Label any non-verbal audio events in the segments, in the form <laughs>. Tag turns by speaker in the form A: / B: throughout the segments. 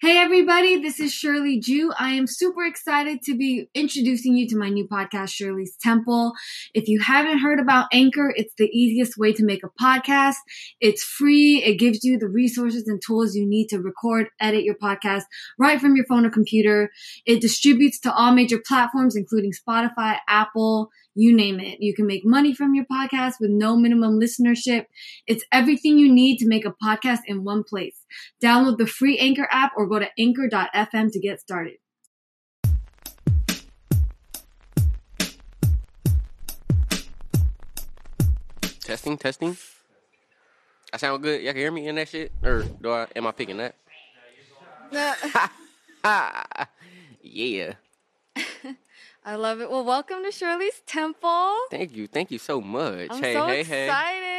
A: Hey, everybody, this is Shirley Jew. I am super excited to be introducing you to my new podcast, Shirley's Temple. If you haven't heard about Anchor, it's the easiest way to make a podcast. It's free, it gives you the resources and tools you need to record, edit your podcast right from your phone or computer. It distributes to all major platforms, including Spotify, Apple, you name it. You can make money from your podcast with no minimum listenership. It's everything you need to make a podcast in one place. Download the free Anchor app or go to anchor.fm to get started.
B: Testing, testing. I sound good. Y'all can hear me in that shit, or do I? Am I picking
C: <laughs>
B: that? yeah.
C: I love it. Well, welcome to Shirley's Temple.
B: Thank you. Thank you so much.
C: I'm
B: hey,
C: so
B: hey, hey.
C: excited.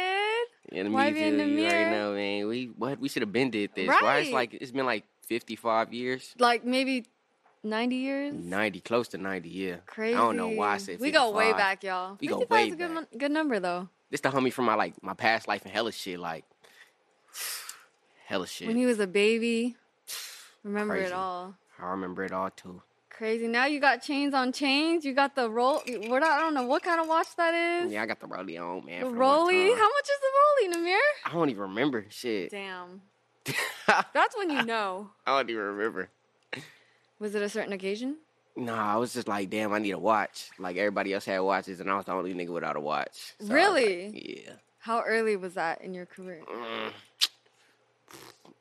B: In the
C: Why be in the
B: music right
C: mirror?
B: now, man. We what? We should have been did this. Why it's
C: Right.
B: like it's been like fifty five years,
C: Like maybe 90 years.
B: ninety, close to ninety. Yeah.
C: Crazy.
B: I don't know why I said. 55.
C: We go way back, y'all.
B: We go
C: 55
B: way
C: is a good,
B: back.
C: mon- good number, though.
B: This the homie from my like my past life and hella shit, like <sighs> hella shit.
C: When he was a baby, <sighs> remember
B: Crazy.
C: it all.
B: I remember it all too.
C: Crazy. Now you got chains on chains. You got the roll. What I don't know what kind of watch that is.
B: Yeah, I got the rollie on, man.
C: the
B: for the one
C: rolly.
B: time.
C: How much is the rolly, Namir?
B: I don't even remember shit.
C: Damn.
B: <laughs> I
C: That's when
B: Ah.
C: you know.
B: don't even remember.
C: Was it a certain occasion?
B: Nah, I was just like, damn, I need a watch. Like everybody else had watches, and I was the only nigga without a watch. So I was like,
C: Really?
B: yeah.
C: How early was that in your career?
B: Mm.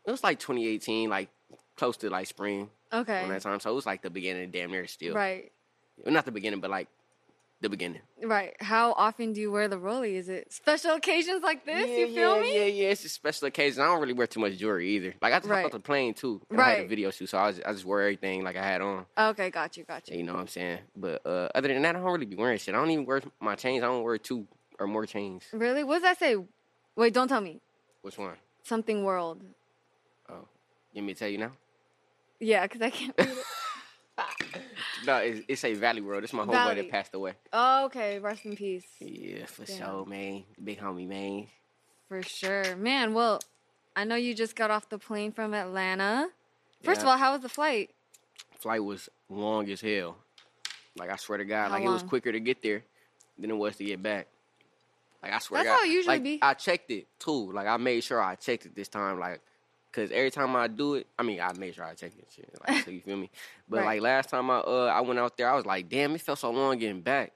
B: It was like 2018, like close to like spring
C: Okay.
B: around that time. So it was like the beginning, damn near still.
C: Right.
B: Well, not the beginning, but like the beginning.
C: Right. How often do you wear the rolly? Is it special occasions like this?
B: Yeah,
C: you feel
B: yeah,
C: me?
B: Yeah, yeah. It's a special occasion. I don't really wear too much jewelry either. Like I just hopped
C: Right.
B: off the plane too. and I had a
C: Right.
B: video shoot, so I, was, I just wore everything like I had on.
C: Okay, got you, got you.
B: You know what I'm saying? But uh, other than that, I don't really be wearing shit. I don't even wear my chains. I don't wear two or more chains.
C: Really? What does that say? Wait, don't tell me.
B: Which one?
C: Something world.
B: Oh, you want me to tell you now?
C: Yeah, because I can't
B: <laughs>
C: read it.
B: No, it's, it's a Valley World. It's my whole buddy
C: Valley.
B: that passed away.
C: Oh, okay, rest in peace.
B: Yeah, for
C: Damn.
B: sure, man. Big homie, man.
C: For sure. Man, well, I know you just got off the plane from Atlanta. First
B: Yeah.
C: of all, how was the flight?
B: Flight was long as hell. Like I swear to God,
C: How
B: like it was
C: long?
B: quicker to get there than it was to get back. Like I swear to
C: That's
B: God.
C: how it usually
B: like,
C: be.
B: I checked it too. Like I made sure I checked it this time. Like, cause every time I do it, I mean I made sure I checked it. Shit. Like, so you feel
C: <laughs>
B: me? But
C: Right.
B: like last time I uh I went out there, I was like, damn, it felt so long getting back.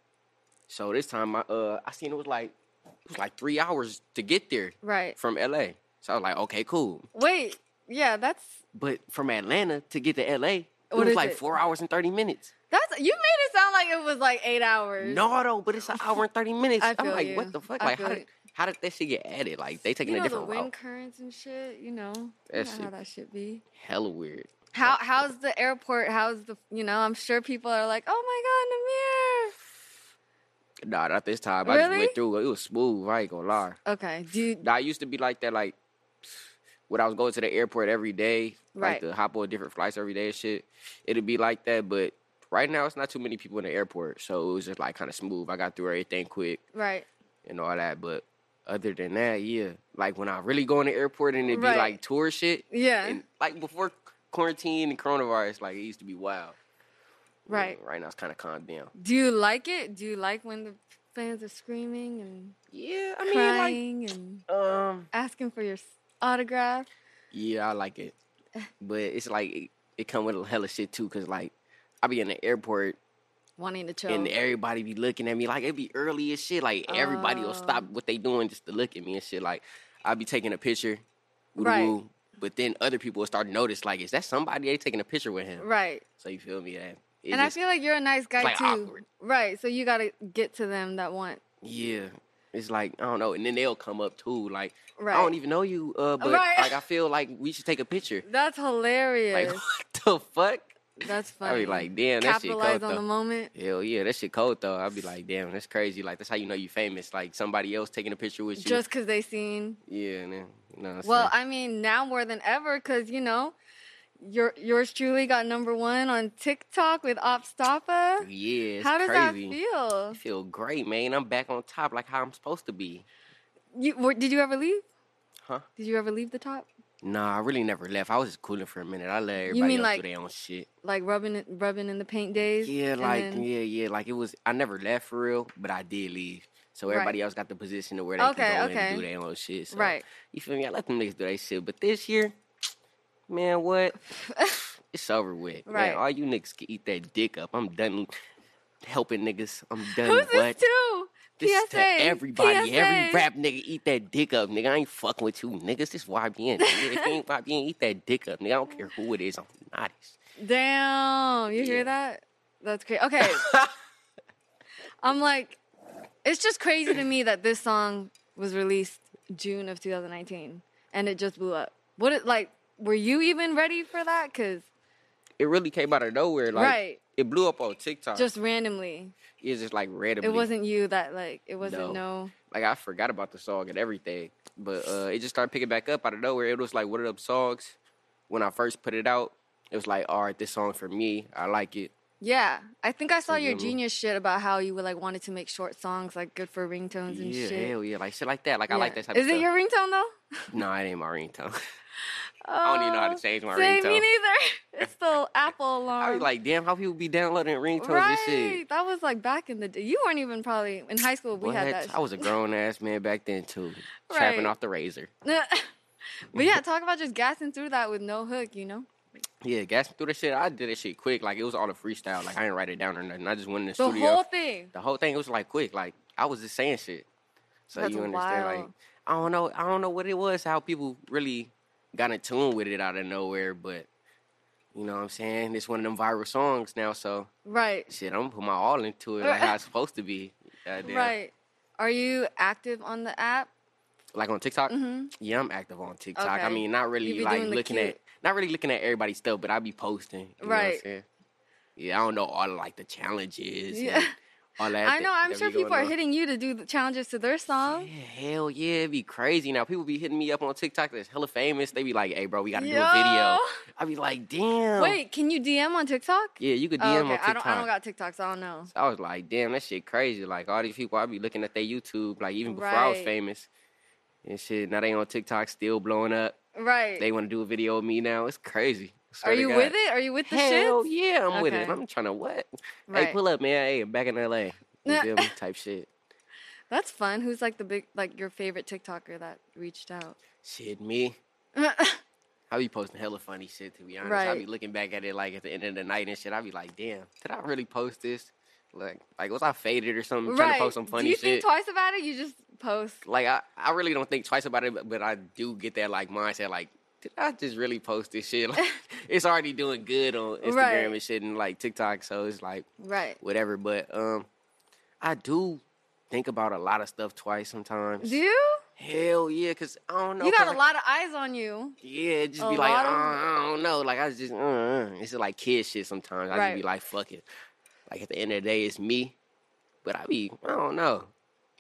B: So this time I uh I seen it was like it was like three hours to get there.
C: Right.
B: from LA. So I was like, okay, cool.
C: Wait, yeah, that's
B: But from Atlanta to get to LA, it
C: What
B: was
C: is
B: like
C: it?
B: four hours and 30 minutes.
C: that's you made it sound like it was like eight hours. <laughs>
B: No, though, but it's an hour and 30 minutes.
C: I
B: am
C: feel
B: like,
C: you.
B: what the fuck?
C: I
B: Like,
C: feel
B: how did,
C: you.
B: how did that shit get added? Like, they taking
C: You
B: a
C: know the
B: different
C: wind
B: route.
C: currents and shit, you know. You
B: That
C: know how
B: shit-
C: that should be.
B: Hella weird.
C: How how's the airport? How's the you know? I'm sure people are like, oh
B: Nah, not this time. I just
C: Really?
B: went through it. It was smooth. I ain't gonna lie.
C: my god, Namir. Okay, do you,
B: Nah, I used to be like that, like, when I was going to the airport every day, like
C: Right.
B: to hop on different flights every day and shit, it'd be like that. But right now, it's not too many people in the airport. So it was just like kind of smooth. I got through everything quick.
C: right?
B: and all that. But other than that, yeah, like when I really go in the airport and it be
C: Right.
B: like tour shit,
C: Yeah,
B: and like before quarantine and coronavirus, like it used to be wild. You know,
C: right.
B: right now it's kind of calmed down.
C: Do you like it? Do you like when the fans are screaming and
B: Yeah, I mean,
C: crying and
B: like, um,
C: asking for your s- autograph?
B: <laughs> yeah, I like it. but it's like it, it come with a hell of shit too, cause like I be in the airport
C: Wanting to chill.
B: and everybody be looking at me like it be early as shit. Like everybody will stop
C: Oh.
B: what they doing just to look at me and shit. Like I'll be taking a picture, woo
C: Right.
B: woo, but then other people will start to notice like, is that somebody they taking a picture with him?
C: Right.
B: So you feel me? That it
C: and
B: just-
C: I feel like you're a nice guy
B: like
C: too.
B: awkward.
C: Right. So you gotta get to them that want.
B: yeah, it's like I don't know. And then they'll come up too, like I
C: Right.
B: don't even know you, uh, but
C: Right.
B: like I feel like we should take a
C: <laughs>
B: picture.
C: That's
B: Like <laughs>
C: hilarious.
B: what the fuck?
C: That's
B: <laughs> I
C: funny.
B: be like, damn, that shit
C: capitalize
B: cold
C: on the
B: though.
C: moment.
B: Hell yeah, that shit cold though. I'd be like, damn, that's crazy. Like that's how you know you famous. Like somebody else taking a picture with you.
C: Just because they seen.
B: yeah, and then you know what I'm
C: Well,
B: saying?
C: I mean, now more than ever, because you know, your yours truly got number one on TikTok with
B: <laughs>
C: Opstapa.
B: yeah, it's
C: How does
B: crazy.
C: that feel?
B: I feel great, man. I'm back on top, like how I'm supposed to be.
C: You were, did you ever leave?
B: Huh?
C: Did you ever leave the top?
B: Nah, I really never left. I was just cooling for a minute. I let everybody
C: mean
B: else
C: like-
B: do their own shit.
C: Like rubbing it, rubbing in the paint days.
B: Yeah,
C: and
B: like
C: then-
B: yeah, yeah, like it was. I never left for real, but I did leave. So everybody
C: Right.
B: else got the position to where they
C: Okay,
B: can go in
C: okay.
B: and do their own shit. So,
C: Right.
B: You feel me? I let them niggas do their shit, but this year, man,
C: <laughs>
B: what? it's over with. Man,
C: Right.
B: all you niggas can eat that dick up. I'm done helping niggas. I'm done.
C: Who's this
B: what?
C: too?
B: This is to
C: PSA.
B: everybody,
C: PSA.
B: every rap nigga eat that dick up, nigga. I ain't fucking with you niggas. This YBN. nigga. if you ain't YBN, eat that dick up, nigga. I don't care who it is. I'm not.
C: Damn, you hear that? That's crazy.
B: <laughs>
C: Okay. I'm like, it's just crazy to me that this song was released June of 2019 and it just blew up. What it like? Were you even ready for that? Cause
B: It really came out of nowhere. Like, uh,
C: Right.
B: It blew up on TikTok.
C: just randomly,
B: it's just like randomly.
C: it wasn't you that like it wasn't
B: No.
C: no.
B: like I forgot about the song and everything, but uh, it just started picking back up out of nowhere. It was like one of them songs when I first put it out. It was like, all right, this song for me. I like it.
C: Yeah, I think I saw your
B: Mhm.
C: genius shit about how you would like wanted to make short songs like good for ringtones and
B: yeah,
C: shit.
B: hell yeah, like shit like that. Like I like
C: Yeah.
B: that type
C: Is
B: of
C: it your ringtone though?
B: stuff. No, it ain't my ringtone. <laughs> I don't even know how to
C: Oh,
B: change my
C: Same, me
B: ringtone.
C: neither. <laughs> It's
B: <laughs>
C: the Apple alarm.
B: I was like, damn, how people be downloading ringtones
C: right.
B: and shit.
C: That was like back in the day. You weren't even probably in high school. We
B: What?
C: had that.
B: I was a grown ass man back then
C: <laughs>
B: too, trapping
C: Right.
B: off the razor.
C: shit. <laughs> but yeah, talk about just gassing through that with no hook. You know,
B: Yeah, gasping through the shit. I did that shit quick. Like it was all a freestyle. Like I didn't write it down or nothing. I just went in the,
C: the
B: studio.
C: whole thing.
B: the whole thing was like quick. Like I was just saying shit. So
C: That's
B: you understand? Like
C: wild.
B: I don't know. I don't know what it was. How people really got in tune with it out of nowhere. But you know what I'm saying? It's one of them viral songs now. So
C: Right.
B: shit, I'm gonna put my all into it. Like how
C: <laughs>
B: it's supposed to be. Goddamn.
C: Right. Are you active on the
B: Uh,
C: app?
B: Like on TikTok. Yeah, I'm active on TikTok. I
C: Mm-hmm. Okay.
B: mean, not
C: You
B: really
C: be
B: like
C: doing the
B: looking
C: cute.
B: at not really looking at everybody's stuff, but I be posting. You Know what
C: Right.
B: I'm saying? Yeah, I don't know all like the challenges.
C: Yeah.
B: And
C: <laughs>
B: all that.
C: I know.
B: that-
C: I'm
B: that
C: sure
B: be going
C: people are
B: on.
C: hitting you to do the challenges to their song.
B: Yeah, hell yeah, it'd be crazy. Now people be hitting me up on TikTok that's hella famous. They be like, "Hey, bro, we gotta do a
C: Yo.
B: video." I be like, "Damn."
C: <laughs> Wait, can you DM on TikTok?
B: Yeah, you could DM
C: Oh,
B: on
C: okay.
B: TikTok.
C: I don't. I don't got TikTok, so I don't know.
B: So I was like, "Damn, that shit crazy." Like all these people, I be looking at their YouTube. Like even before I was
C: Right.
B: famous and shit. Now they on TikTok, still blowing up.
C: Right.
B: They want to do a video of me now. It's crazy. I
C: Are
B: swear to
C: you
B: God.
C: with it? Are you with the
B: Hell
C: shit?
B: yeah, I'm with it.
C: Okay.
B: I'm trying to what?
C: Right.
B: Hey, pull up, man. Hey, I'm back in LA.
C: <laughs>
B: You feel me? Type shit.
C: That's fun. Who's like the big, like your favorite TikToker that reached out? <laughs>
B: Shit, me. I be posting hella funny shit to be honest. I be
C: Right.
B: looking back at it like at the end of the night and shit. I be like, damn, did I really post this? Like, like was I faded or something trying to post some funny
C: Do you
B: shit?
C: think twice about it? You just post.
B: like, I, I really don't think twice about it, but, but I do get that like mindset. Like, did I just really post this shit? <laughs> Like,
C: <laughs>
B: it's already doing good on Instagram
C: Right.
B: and shit and like TikTok, so it's like
C: Right.
B: whatever. But um, I do think about a lot of stuff twice sometimes.
C: Do you?
B: Hell yeah, cause I don't know.
C: You
B: 'cause
C: got
B: I-
C: a lot of eyes on you.
B: yeah, it just
C: A
B: be like,
C: lot
B: uh,
C: of-
B: I don't know. Like, I just, uh, uh. it's just like kid shit sometimes. I just be
C: Right.
B: like, fuck it. Like, at the end of the day, it's me. But I be, I don't know.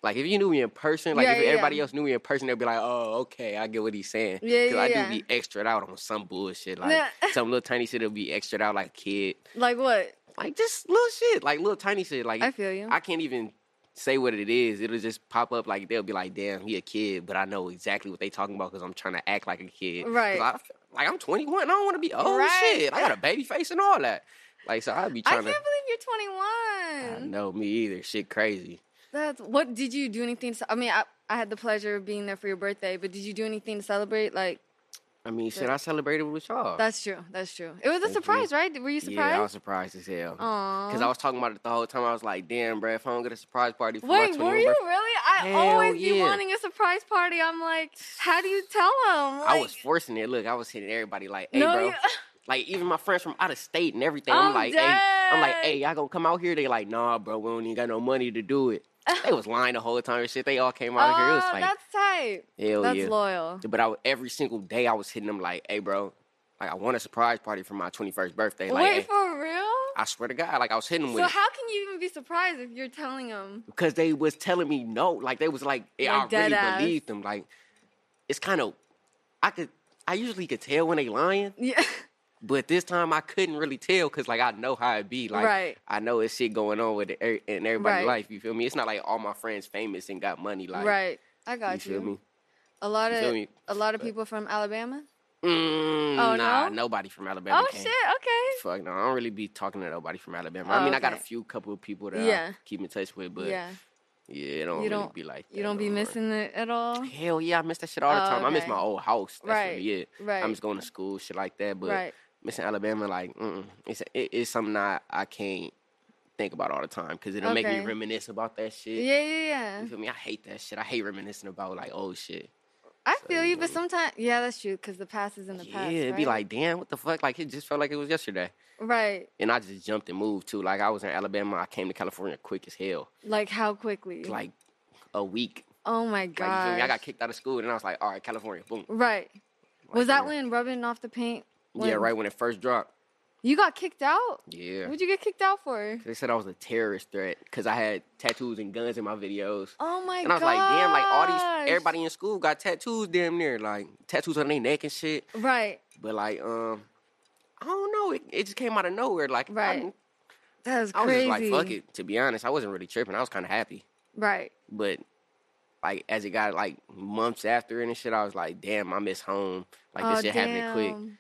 B: Like, if you knew me in person, like,
C: Yeah,
B: if
C: yeah,
B: everybody
C: yeah.
B: else knew me in person, they'd be like, oh, okay, I get what he's saying.
C: Yeah, yeah,
B: I
C: yeah.
B: do be extra out on some bullshit. Like,
C: Yeah. <laughs>
B: some little tiny shit will be extra out, like, kid.
C: Like what?
B: Like, just little shit. Like, little tiny shit. Like,
C: I feel you.
B: I can't even say what it is. It'll just pop up. Like, they'll be like, damn, he a kid. But I know exactly what they talking about because I'm trying to act like a kid. 'Cause
C: Right.
B: I f- like I'm 21. I don't want to be old
C: Right.
B: shit. I got a baby face and all that. Like so, I'd be
C: I
B: trying
C: can't believe you're
B: to. I
C: 21.
B: know me either. Shit, crazy.
C: That's what. Did you do anything? To, I mean, I, I had the pleasure of being there for your birthday, but did you do anything to celebrate? Like
B: I mean, shit, I celebrated with y'all.
C: That's true. That's true. It was a
B: Oh. you.
C: surprise, right? Were you
B: Yeah, I was
C: surprised?
B: surprised as hell.
C: Aw.
B: Because I was talking about it the whole time. I was like, damn, bruh, if I don't get a surprise party for
C: Wait,
B: my
C: were
B: 21
C: you
B: birthday,
C: really? I
B: Hell
C: always be
B: yeah.
C: wanting a surprise party. I'm like, how do you tell them? Like,
B: I was forcing it. Look, I was hitting everybody like, hey,
C: No,
B: bro.
C: you- <laughs>
B: Like, even my friends from out of state and everything.
C: I'm
B: like, hey, I'm like,
C: dead.
B: hey, y'all gonna come out here? They like, nah, bro, we don't even got no money to do it. they
C: <laughs>
B: was lying the whole time and shit. They all came out here. It was
C: Oh,
B: like,
C: that's tight.
B: hell
C: that's
B: yeah.
C: loyal.
B: But I, would- every single day I was hitting them like, hey, bro, like, I want a surprise party for my 21st birthday. Like, eh.
C: Wait,
B: hey,
C: for real?
B: I swear to God, like, I was hitting them
C: So
B: with it.
C: how can you even be surprised if you're telling them?
B: because they was telling me no. Like they was like, yeah,
C: Like,
B: I really
C: deadass.
B: believed them. Like it's kind of, I could, I usually could tell when they lying,
C: <laughs> Yeah.
B: but this time I couldn't really tell because like I know how it be. Like
C: Right.
B: I know it's shit going on with it in everybody's
C: Right.
B: life. You feel me? It's not like all my friends famous and got money. Like
C: right. I
B: you
C: got you.
B: feel me?
C: A lot
B: You feel
C: of
B: me?
C: a lot of people from Alabama.
B: Mm,
C: Oh,
B: nah,
C: no?
B: nobody from Alabama.
C: Oh
B: came.
C: shit. Okay.
B: Fuck no, I don't really be talking to nobody from Alabama.
C: Oh,
B: I mean, I got a
C: okay.
B: few couple of people that
C: Yeah.
B: I keep in touch with, but yeah,
C: yeah.
B: it don't really
C: You don't
B: be like that
C: you don't
B: no
C: be
B: more.
C: missing it at all.
B: Hell yeah, I miss that shit all the
C: Oh,
B: time. I miss
C: okay.
B: my old house. That's
C: Right,
B: really it.
C: right.
B: I'm just going to school, shit like that. But
C: Right.
B: missing Alabama, like, mm-mm. it's it, it's something I, I can't think about all the time because it'll make
C: Okay.
B: me reminisce about that shit.
C: Yeah, yeah,
B: You
C: yeah.
B: feel me? I hate that shit. I hate reminiscing about like old shit.
C: I feel you, but sometimes yeah, that's true because the past is in the
B: yeah,
C: past.
B: it'd be
C: right?
B: like, damn, what the fuck? Like it just felt like it was yesterday.
C: right,
B: And I just jumped and moved too. Like I was in Alabama, I came to California quick as hell.
C: like how quickly?
B: Like a week.
C: oh my
B: Like you feel
C: god,
B: me? I got kicked out of school and I was like, all right, California, boom.
C: Right. Was that
B: damn.
C: when rubbing off the paint?
B: Yeah,
C: when-
B: right when it first dropped.
C: You got kicked out.
B: Yeah.
C: What'd you get kicked out for?
B: They said I was a terrorist threat because I had tattoos and guns in my videos.
C: Oh my god.
B: and I was like, damn, like all these, everybody in school got tattoos damn near, like tattoos on their neck and shit.
C: Right.
B: But like, um, I don't know, it, it just came out of nowhere. Like, I
C: Right.
B: didn't-
C: That was
B: I, was
C: crazy.
B: just like, fuck it, to be honest. I wasn't really tripping. I was kind of happy.
C: Right.
B: But like, as it got like months after it and shit, I was like, damn, I miss home. Like,
C: Oh,
B: this shit happened quick.
C: damn.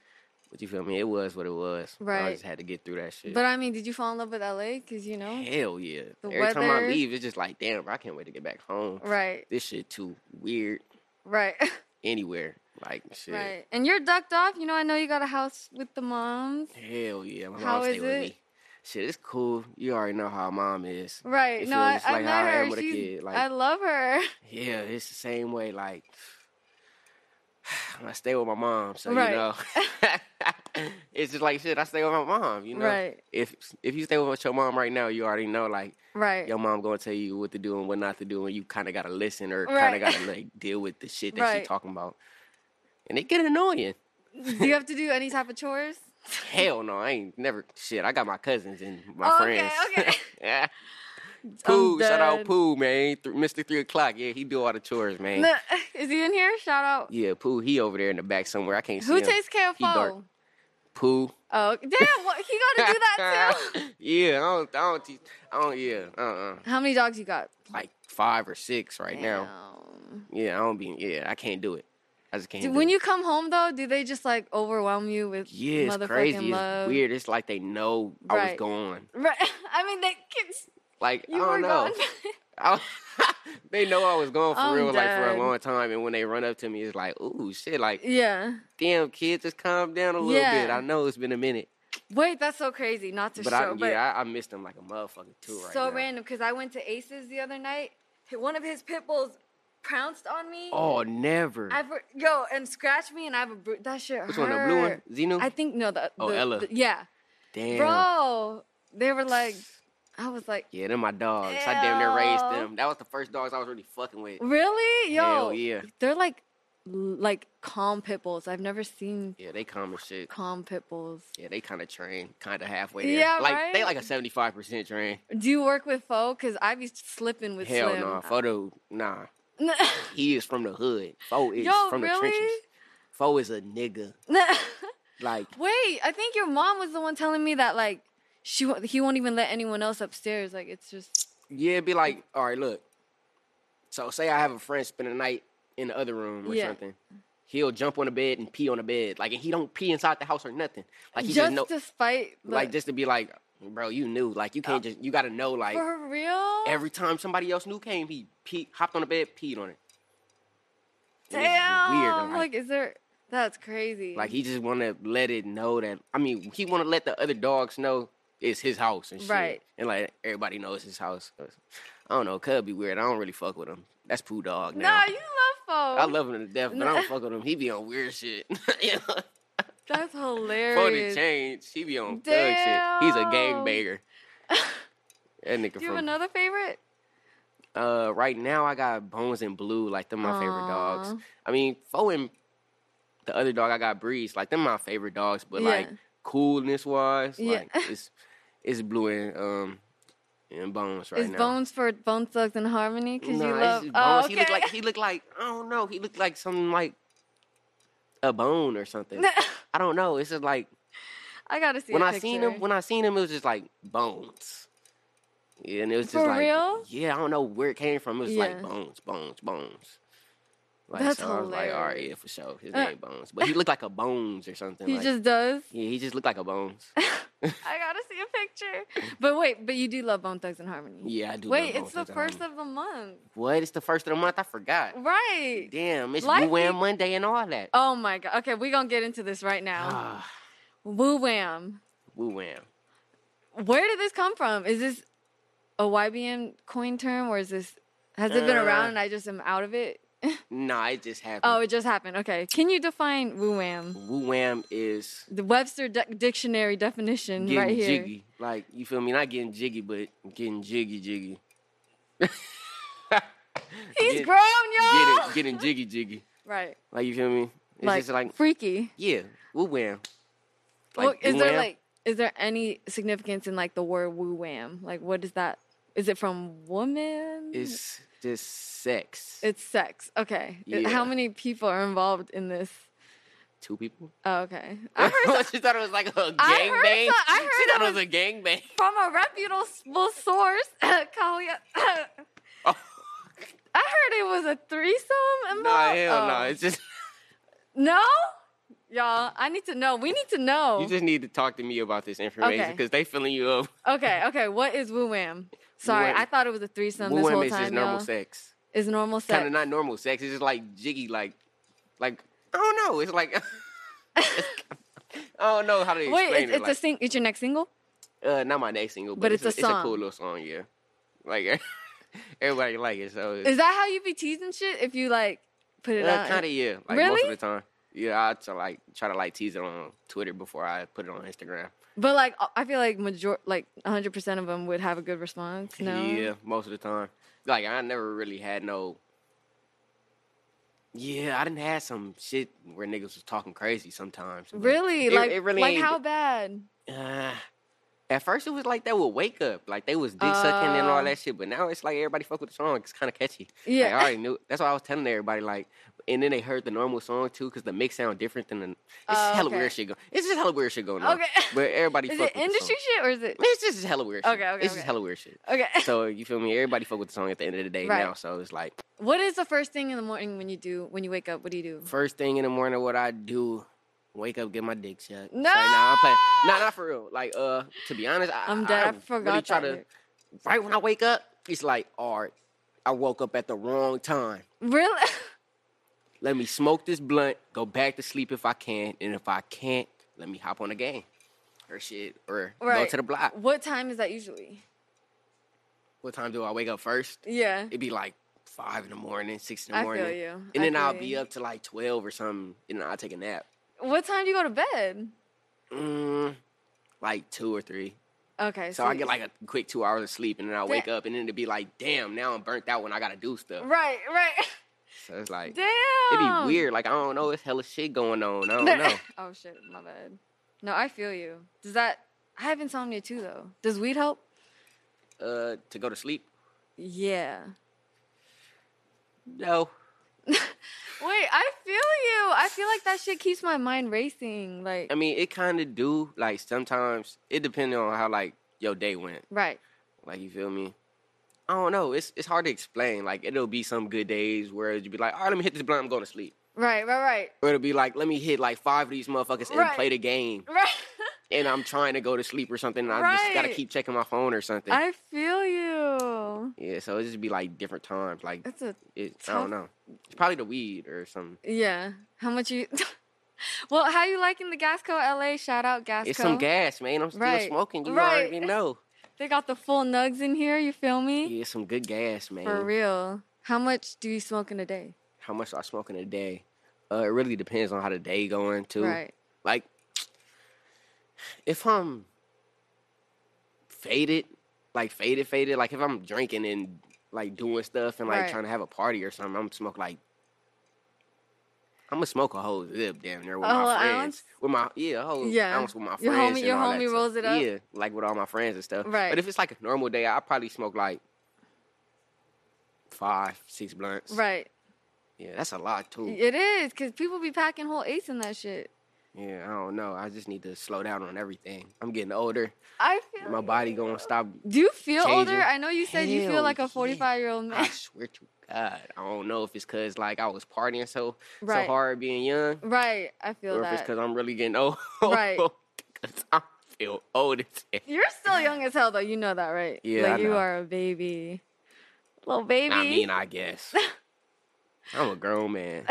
B: But you feel me? It was what it was. I
C: Right.
B: just had to get through that shit.
C: But I mean, did you fall in love with LA? Cause you know.
B: Hell yeah.
C: The
B: Every time I
C: weather.
B: leave, it's just like, damn, bro, I can't wait to get back home.
C: Right.
B: This shit too weird
C: Right. <laughs>
B: anywhere. Like, shit.
C: right. And you're ducked off. You know, I know you got a house with the moms.
B: Hell yeah. My
C: How
B: mom stay
C: is
B: with
C: it?
B: me. Shit, it's cool. You already know how mom is.
C: Right.
B: You feel
C: no,
B: me?
C: I,
B: It's
C: I
B: like
C: met
B: how I am
C: her.
B: with a
C: She's,
B: kid, like-
C: I love her. <laughs>
B: Yeah, it's the same way. Like, <sighs> I stay with my mom, so
C: Right.
B: you
C: <laughs>
B: know. <laughs> it's just like shit. I stay with my mom, you know.
C: Right.
B: If if you stay with your mom right now, you already know like
C: Right.
B: your mom gonna tell you what to do and what not to do, and you kind of gotta listen or kind
C: Right.
B: of
C: <laughs>
B: gotta like deal with the shit that
C: Right.
B: she talking about. And it get annoying.
C: do
B: <laughs>
C: you have to do any type of chores?
B: Hell no, I ain't never shit. I got my cousins and my
C: Oh, okay,
B: friends.
C: okay.
B: <laughs>
C: <laughs>
B: yeah. Pooh, shout out
C: dead.
B: Pooh, man. Th- Mr. Three O'clock. Yeah, he do all the chores, man.
C: No, <laughs> is he in here? Shout out.
B: Yeah, Pooh, he over there in the back somewhere. I can't see
C: Who
B: him.
C: takes care of
B: He dark.
C: Fo? <laughs>
B: Pooh.
C: Oh, damn! What, he got to do that too.
B: <laughs> yeah, I don't, I don't, teach- I don't, yeah, uh, uh
C: How many dogs you got?
B: like five or six right now.
C: Damn.
B: Yeah, I don't be, yeah, I can't do it. I just can't.
C: Do-
B: do
C: when
B: it.
C: you come home though, do they just like overwhelm you with
B: yeah, it's
C: motherfucking
B: crazy.
C: love?
B: It's weird. It's like they know I was
C: Right.
B: gone.
C: Right. <laughs> I mean, they kids.
B: Like
C: You
B: I don't
C: were
B: know.
C: gone.
B: I- <laughs> they know I was gone for
C: I'm
B: real, like for
C: dead.
B: a long time. And when they run up to me, it's like, ooh, shit, like,
C: yeah.
B: damn, kid, just calm down a little bit.
C: Yeah.
B: I know it's been a minute,
C: <laughs> Wait, that's so crazy. Not to
B: but
C: show,
B: I,
C: but
B: yeah, I, I missed them like a motherfucker too. Right
C: so
B: now.
C: random because I went to Aces the other night. Hi- One of his pit bulls pounced on me.
B: Oh, never.
C: I for, yo and scratched me, and I have a bru- that shit.
B: Which one, the blue one?
C: hurt.
B: Xenu?
C: I think no, the
B: Oh,
C: the-
B: Ella.
C: the- yeah,
B: damn.
C: bro. They were like, I was like,
B: Yeah, they're my dogs. I damn near raised
C: Ew.
B: them. That was the first dogs I was really fucking with.
C: really, yo,
B: Hell yeah.
C: they're like l- like calm pit bulls. I've never seen
B: Yeah, they calm as shit.
C: calm pit bulls.
B: Yeah, they kind of train, kind of halfway there.
C: Yeah,
B: like they
C: right?
B: like a seventy five percent train.
C: Do you work with foe? Cause I be slipping with
B: Hell
C: Slim.
B: no, nah, photo nah.
C: <laughs> N-
B: He is from the hood. Foe is
C: Yo,
B: from the
C: really?
B: trenches. Foe is a nigga.
C: n-
B: Like
C: Wait, I think your mom was the one telling me that like she won't- he won't even let anyone else upstairs. Like it's just
B: yeah, it'd be like, all right, look. So say I have a friend spend the night in the other room or
C: Yeah.
B: something. He'll jump on the bed and pee on the bed. Like and he don't pee inside the house or nothing. Like he
C: just
B: just know
C: to spite. the-
B: like just to be like, bro, you knew. Like you can't just you gotta know like
C: Uh, for real.
B: every time somebody else new came, he pee, hopped on the bed, peed on it. And it's just
C: Damn.
B: weird. I'm
C: like, is there? That's crazy.
B: Like he just want to let it know that. I mean, he want to let the other dogs know it's his house and shit.
C: Right.
B: And like everybody knows his house. I don't know. Cub be weird. I don't really fuck with him. That's poo dog. Now.
C: Nah, you love Fo.
B: I love him to death, but I don't fuck with him. He be on weird shit. <laughs> yeah. <laughs>
C: That's
B: For the
C: hilarious.
B: change, he be on thug shit. He's a
C: Damn. <laughs>
B: gangbanger. that nigga
C: Do you
B: from
C: have another favorite?
B: Uh, right now I got Bones and Blue, like them my favorite
C: Aw.
B: dogs. I mean, Fo and the other dog I got Breeze, like them my favorite dogs. But
C: Yeah.
B: like coolness wise,
C: Yeah.
B: like it's it's Blue and um and Bones right
C: Is
B: now.
C: Bones for Bone Thugs and Harmony? Because
B: Nah,
C: you
B: it's
C: love.
B: just
C: Oh,
B: Bones.
C: okay.
B: He looked
C: <laughs>
B: like he looked like I don't know. He looked like some like a bone or something. I don't know. It's just like
C: I gotta see.
B: when
C: a
B: I seen him,
C: picture.
B: when I seen him, it was just like bones. Yeah, and it was just
C: For
B: like,
C: real?
B: yeah, I don't know where it came from. It was
C: Yeah.
B: like bones, bones, bones. Like,
C: That's
B: so I was like, all right,
C: hilarious. Uh
B: yeah, for sure. His name Bones, but he looked like a Bones or something.
C: he
B: like,
C: just does.
B: yeah, he just looked like a
C: <laughs>
B: Bones.
C: I gotta see a picture. But wait, but you do love Bone Thugs and Harmony.
B: Yeah, I do. love
C: Wait,
B: Bones
C: it's the
B: Thugs and
C: first
B: Harmony.
C: of the month,
B: what? It's the first of the month. I forgot.
C: right?
B: Damn, it's Woo
C: Life
B: Wham
C: be-
B: Monday and all that.
C: Oh my god. Okay, we gonna get into this right now.
B: Ah,
C: Woo wham.
B: Woo Wham.
C: Where did this come from? Is this a YBN coin term, or is this has it been around
B: Uh.
C: and I just am out of it?
B: Nah, it just happened.
C: Oh, it just happened. Okay, can you define woo wham?
B: Woo Wham is
C: The Webster Dic- dictionary definition
B: getting
C: right here.
B: jiggy. Like you feel me? Not getting jiggy, but getting jiggy, jiggy.
C: He's
B: Get-
C: grown, y'all.
B: Get it, getting jiggy, jiggy.
C: Right.
B: Like you feel me? It's
C: like,
B: just like
C: freaky.
B: yeah, woo wham.
C: Well, is
B: woo
C: there
B: wham.
C: like is there any significance in like the word woo wham? Like what is that? Is it from woman?
B: it's just sex?
C: it's sex. Okay. It-
B: Yeah.
C: How many people are involved in this?
B: Two people.
C: Oh,
B: <laughs>
C: okay. I heard
B: she thought it was like a gangbang.
C: I heard so- I
B: she
C: heard
B: thought
C: it
B: it was a gangbang. <laughs>
C: from a reputable source, <laughs> Kalia.
B: Oh.
C: <laughs> I heard it was a threesome involved.
B: Nah, hell no.
C: Oh.
B: It's just
C: No? Y'all, I need to know. We need to know.
B: you just need to talk to me about this information
C: Oh. Okay.
B: because they filling you up.
C: Okay, okay. What is woo wham? Sorry,
B: Woo-wham-
C: I thought it was a threesome
B: Woo
C: this
B: wham
C: whole
B: is
C: time.
B: just normal
C: y'all.
B: sex.
C: It's normal sex.
B: Kind of not normal sex. It's just like jiggy, like, like I don't know. It's like <laughs> I don't know how to explain
C: <laughs> Wait, it's,
B: it.
C: it's a
B: like-
C: sing. It's your next single.
B: Uh, not my next single, but,
C: But
B: it's,
C: it's
B: a,
C: a
B: it's a cool
C: song.
B: little song, yeah. Like <laughs> everybody like it, so it's
C: Is that how you be teasing shit? If you like put it
B: uh,
C: out.
B: kind of yeah. Like most
C: Really?
B: of the time, yeah. I to like try to like tease it on Twitter before I put it on Instagram.
C: But like, uh, I feel like major, like 100 percent of them would have a good response. No.
B: Yeah, most of the time. Like I never really had no. Yeah, I didn't have some shit where niggas was talking crazy sometimes. but
C: Really?
B: it-
C: like,
B: it really
C: like
B: ain't-
C: how bad?
B: Uh, at first, it was like they would wake up, like they was dick sucking and all
C: Oh.
B: that shit. But now it's like everybody fuck with the song. It's kind of catchy.
C: Yeah.
B: like, I already knew. That's why I was telling everybody. Like, and then they heard the normal song too, because the mix sound different than the. It's
C: Oh,
B: hella
C: okay.
B: weird shit going. It's just hella weird shit going on.
C: Okay.
B: but everybody.
C: Is
B: fuck with
C: it
B: the
C: industry
B: song.
C: shit or is it?
B: It's just hella weird. Shit.
C: Okay,
B: It's
C: okay, okay.
B: just hella weird shit.
C: Okay.
B: So you feel me? Everybody fuck with the song at the end of the day
C: Right.
B: now. So it's like
C: <laughs> What is the first thing in the morning when you do when you wake up? What do you do?
B: first thing in the morning, what I do, wake up, get my dick checked.
C: No!
B: Say, nah, I'm playing. Nah, not for real. Like, uh, to be honest, I,
C: I'm dead. I,
B: really
C: forgot
B: try
C: that.
B: to.
C: lyric.
B: Right when I wake up, it's like, all right, I woke up at the wrong time.
C: <laughs> Really?
B: Let me smoke this blunt, go back to sleep if I can, and if I can't, let me hop on a game, or shit, or go
C: Right.
B: to the block.
C: what time is that usually?
B: What time do I wake up first?
C: Yeah.
B: it'd be like five in the morning, six in the
C: I feel
B: morning.
C: you. I
B: And then I'll
C: feel
B: be
C: you.
B: up to like twelve or something, and then I'll take a nap.
C: What time do you go to bed?
B: Mm, like two or three.
C: Okay.
B: So I
C: you-
B: get like a quick two hours of sleep, and then I wake
C: Da-
B: up, and then it'd be like, damn, now I'm burnt out when I gotta do stuff.
C: Right. Right. <laughs>
B: So it's like
C: Damn.
B: it'd be weird. Like I don't know, it's hella shit going on. I don't know.
C: <laughs> oh shit, my bad. No, I feel you. Does that? I have insomnia too, though. Does weed help?
B: Uh, to go to sleep?
C: Yeah.
B: No.
C: Wait, I feel you. I feel like that shit keeps my mind racing. Like,
B: I mean, it kind of do. Like sometimes it depends on how like your day went.
C: right.
B: Like you feel me? I don't know. It's it's hard to explain. Like it'll be some good days where you'll be like, all right, let me hit this blunt, I'm going to sleep.
C: Right, right, right.
B: Or it'll be like, let me hit like five of these motherfuckers and
C: Right.
B: play the game.
C: Right.
B: And I'm trying to go to sleep or something. And I just gotta
C: Right.
B: keep checking my phone or something.
C: <laughs> I feel you.
B: yeah, so it just be like different times. Like
C: It's a
B: it, I don't
C: tough-
B: know. It's probably the weed or something.
C: yeah. How much you? <laughs> Well, how you liking the Gasco LA? Shout out Gasco.
B: It's some gas, man. I'm still
C: Right.
B: smoking. You
C: Right.
B: already know.
C: They got the full nugs in here. You feel me?
B: Yeah, it's some good gas, man.
C: For real. How much do you smoke in a day?
B: How much I smoke in a day? Uh, it really depends on how the day going too.
C: Right.
B: Like, if I'm faded, like faded, faded, like if I'm drinking and like doing stuff and like
C: Right.
B: trying to have a party or something, I'm smoke like. I'm gonna smoke a whole zip down there with
C: A whole
B: my friends.
C: ounce?
B: With my yeah, a whole
C: Yeah.
B: ounce with my friends.
C: Your homie-
B: and
C: your
B: all that
C: homie
B: stuff.
C: rolls it up?
B: Yeah, like with all my friends and stuff.
C: Right.
B: But if it's like a normal day, I probably smoke like five, six blunts.
C: Right.
B: Yeah, that's a lot too.
C: It is, because people be packing whole eights in that shit.
B: Yeah, I don't know. I just need to slow down on everything. I'm getting older.
C: I feel.
B: My body gonna stop.
C: do you feel older?
B: changing.
C: I know you said you feel
B: Hell
C: like
B: yeah.
C: a 45 year old man.
B: I swear to God, I don't know if it's cause like I was partying so
C: Right.
B: so hard being young,
C: <laughs> right. I feel
B: or if it's
C: that.
B: cause I'm really getting old. <laughs>
C: Right.
B: Cause I feel old as hell.
C: You're still young as hell, though. You know that, right?
B: Yeah,
C: Like
B: I
C: you
B: know.
C: are a baby, little baby.
B: I mean, I
C: <laughs>
B: guess I'm a grown man.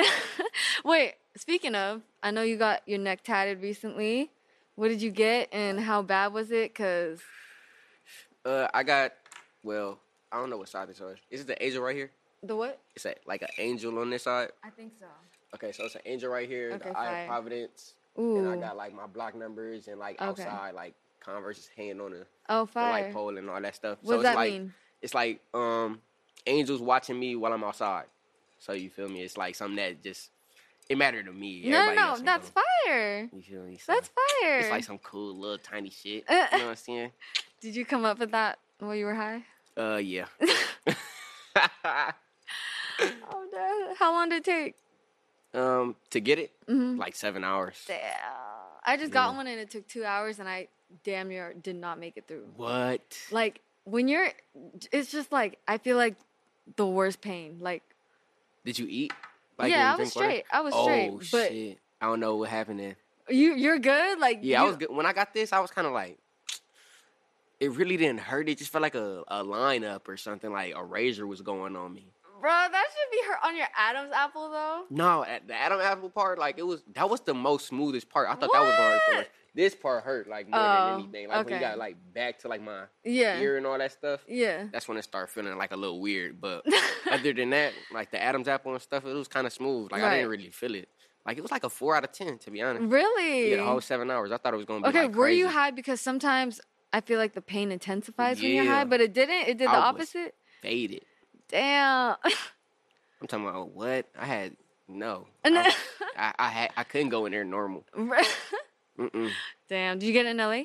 C: Wait. Speaking of, I know you got your neck tatted recently. What did you get, and how bad was it? Cause
B: Uh, I got well. I don't know what side this is. Is it the angel right here?
C: the what?
B: It's a, like an angel on this side.
C: I think so.
B: Okay, so it's an angel right here.
C: Okay,
B: the Eye
C: fire.
B: of Providence. And I
C: Ooh.
B: got like my block numbers and like
C: Okay.
B: outside, like Converse's hand on the,
C: Oh,
B: the
C: fire.
B: light pole and all that stuff.
C: What does
B: it's
C: that
B: like
C: mean?
B: it's like um angels watching me while I'm outside. So you feel me? It's like something that just it mattered to me.
C: No,
B: Everybody
C: no,
B: else ain't
C: that's
B: gonna-
C: fire.
B: You feel me? So
C: That's fire. Uh,
B: It's like some cool little tiny shit. you know what I'm saying?
C: Did you come up with that while you were high?
B: Uh,
C: <laughs>
B: yeah.
C: Oh, dad. How long did it take?
B: <laughs> um, to get it,
C: Mm.
B: like seven hours.
C: Damn. I just got one and it took two hours and I damn near did not make it through.
B: What?
C: Like when you're, it's just like I feel like the worst pain. Like
B: Did you eat?
C: Yeah,
B: you
C: I
B: didn't
C: was
B: drink water?
C: straight. I was
B: oh,
C: straight, but-
B: shit. I don't know what happened then.
C: you, you're good. Like
B: Yeah, I
C: you-
B: was good. When I got this, I was kind of like, it really didn't hurt. It just felt like a, a lineup or something, like a razor was going on me.
C: bro. That should be her on your Adam's apple though.
B: No, at the Adam Apple part, like it was that was the most smoothest part. I thought that was gonna hurt the
C: What?
B: worst. This part hurt like more
C: Oh,
B: than anything. Like when
C: okay.
B: you got like back to like my
C: Yeah.
B: ear and all that stuff.
C: Yeah.
B: That's when it started feeling like a little weird.
C: <laughs>
B: But other than that, like the Adam's apple and stuff, it was kind of smooth. Like I didn't
C: Right.
B: really feel it. Like it was like a four out of ten, to be honest.
C: Really?
B: Yeah, the whole seven hours. I thought it was gonna be
C: okay.
B: like,
C: were you
B: crazy.
C: high? Because sometimes I feel like the pain intensifies when you're high,
B: Yeah.
C: but it didn't. It did the
B: I was-
C: opposite.
B: Faded.
C: Damn. <laughs>
B: I'm talking about what I had. No,
C: And
B: I,
C: then-
B: <laughs> I, I had. I couldn't go in there normal. Mm-mm.
C: Damn. Did you get it in LA?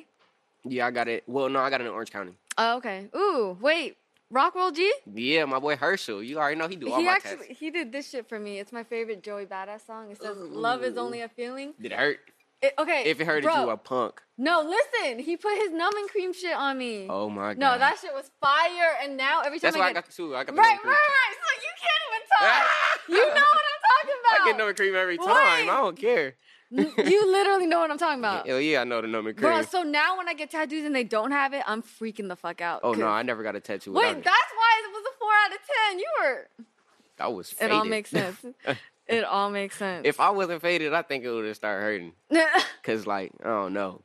B: Yeah, I got it. Well, no, I got it in Orange County.
C: Oh, okay. Ooh, wait. Rockroll G?
B: Yeah, my boy Herschel. You already know he do all
C: he
B: my
C: actually
B: tests.
C: he did this shit for me. It's my favorite Joey Badass song. It says love is only a feeling.
B: Did it hurt?
C: It- okay.
B: If it hurted
C: bro,
B: you, a punk.
C: No, listen. He put his numbing cream shit on me.
B: Oh my god.
C: No, that shit was fire and now every time
B: That's
C: I
B: why I
C: get
B: got the two. I got the
C: Right, right,
B: number
C: right. So you can't even talk. you know what I'm talking
B: cream.
C: about.
B: Ah! <laughs> I get number cream every time.
C: Wait.
B: I don't care.
C: N- you literally know what I'm talking about.
B: Hell yeah, I know the number cream.
C: Uh, Bro, so now when I get tattoos and they don't have it, I'm freaking the fuck out.
B: oh no,
C: 'cause-
B: I never got a tattoo.
C: Wait,
B: without
C: that's
B: it.
C: why it was a four out of ten. You were
B: That was
C: It
B: faded.
C: all makes sense. it all makes sense.
B: <laughs> if I wasn't faded, I think it would have started hurting. Cause like I don't know,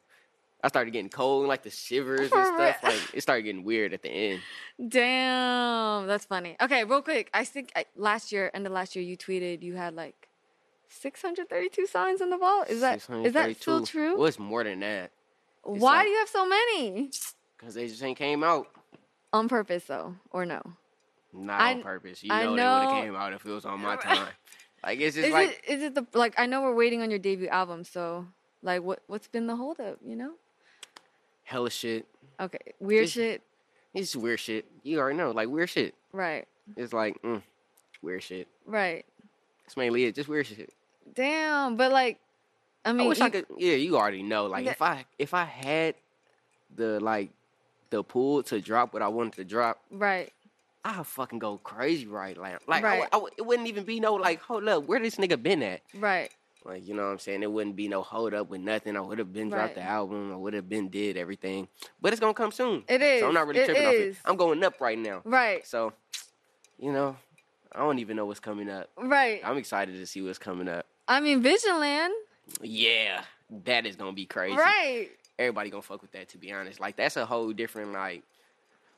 B: I started getting cold, like the shivers
C: <laughs>
B: and
C: For
B: stuff.
C: real.
B: Like it started getting weird at the end.
C: <laughs> Damn, that's funny. Okay, real quick. I think I, last year, end of last year, you tweeted you had like 632 signs in the vault. Is that is that still
B: 632.
C: true?
B: Well, it's more than that.
C: Why
B: like-
C: do you have so many?
B: Cause they just ain't came out.
C: On purpose though, or no?
B: Not
C: I-
B: on purpose. You
C: I
B: know, they would
C: know-
B: have came out if it was on
C: <laughs>
B: my time. Like it's just
C: Is
B: like
C: it is it the like I know we're waiting on your debut album, so like what what's been the holdup? You know?
B: hella shit.
C: Okay, weird
B: Just-
C: shit.
B: It's just weird shit. You already know, like weird shit.
C: Right,
B: It's like mm, weird shit.
C: right.
B: That's mainly it. Just weird shit.
C: Damn, but like, I
B: I,
C: mean, e
B: wish I
C: you-
B: could. Yeah, you already know. Like
C: Yeah.
B: if I if I had the like the pool to drop what I wanted to drop,
C: Right.
B: I'll fucking go crazy right now. Like I
C: Right.
B: would- I would- it wouldn't even be no like hold up, where this nigga been at?
C: Right.
B: Like you know what I'm saying? It wouldn't be no hold up with nothing. I would have been dropped the
C: Right.
B: album. I would have been did everything. But it's gonna come soon.
C: It
B: So
C: is.
B: I'm not really
C: It
B: tripping off it.
C: is.
B: I'm going up right now.
C: Right.
B: So, you know, I don't even know what's coming up.
C: Right.
B: I'm excited to see what's coming up.
C: I mean, Vigiland.
B: Yeah, that is gonna be crazy.
C: Right.
B: Everybody gonna fuck with that. To be honest, like that's a whole different like. <sighs>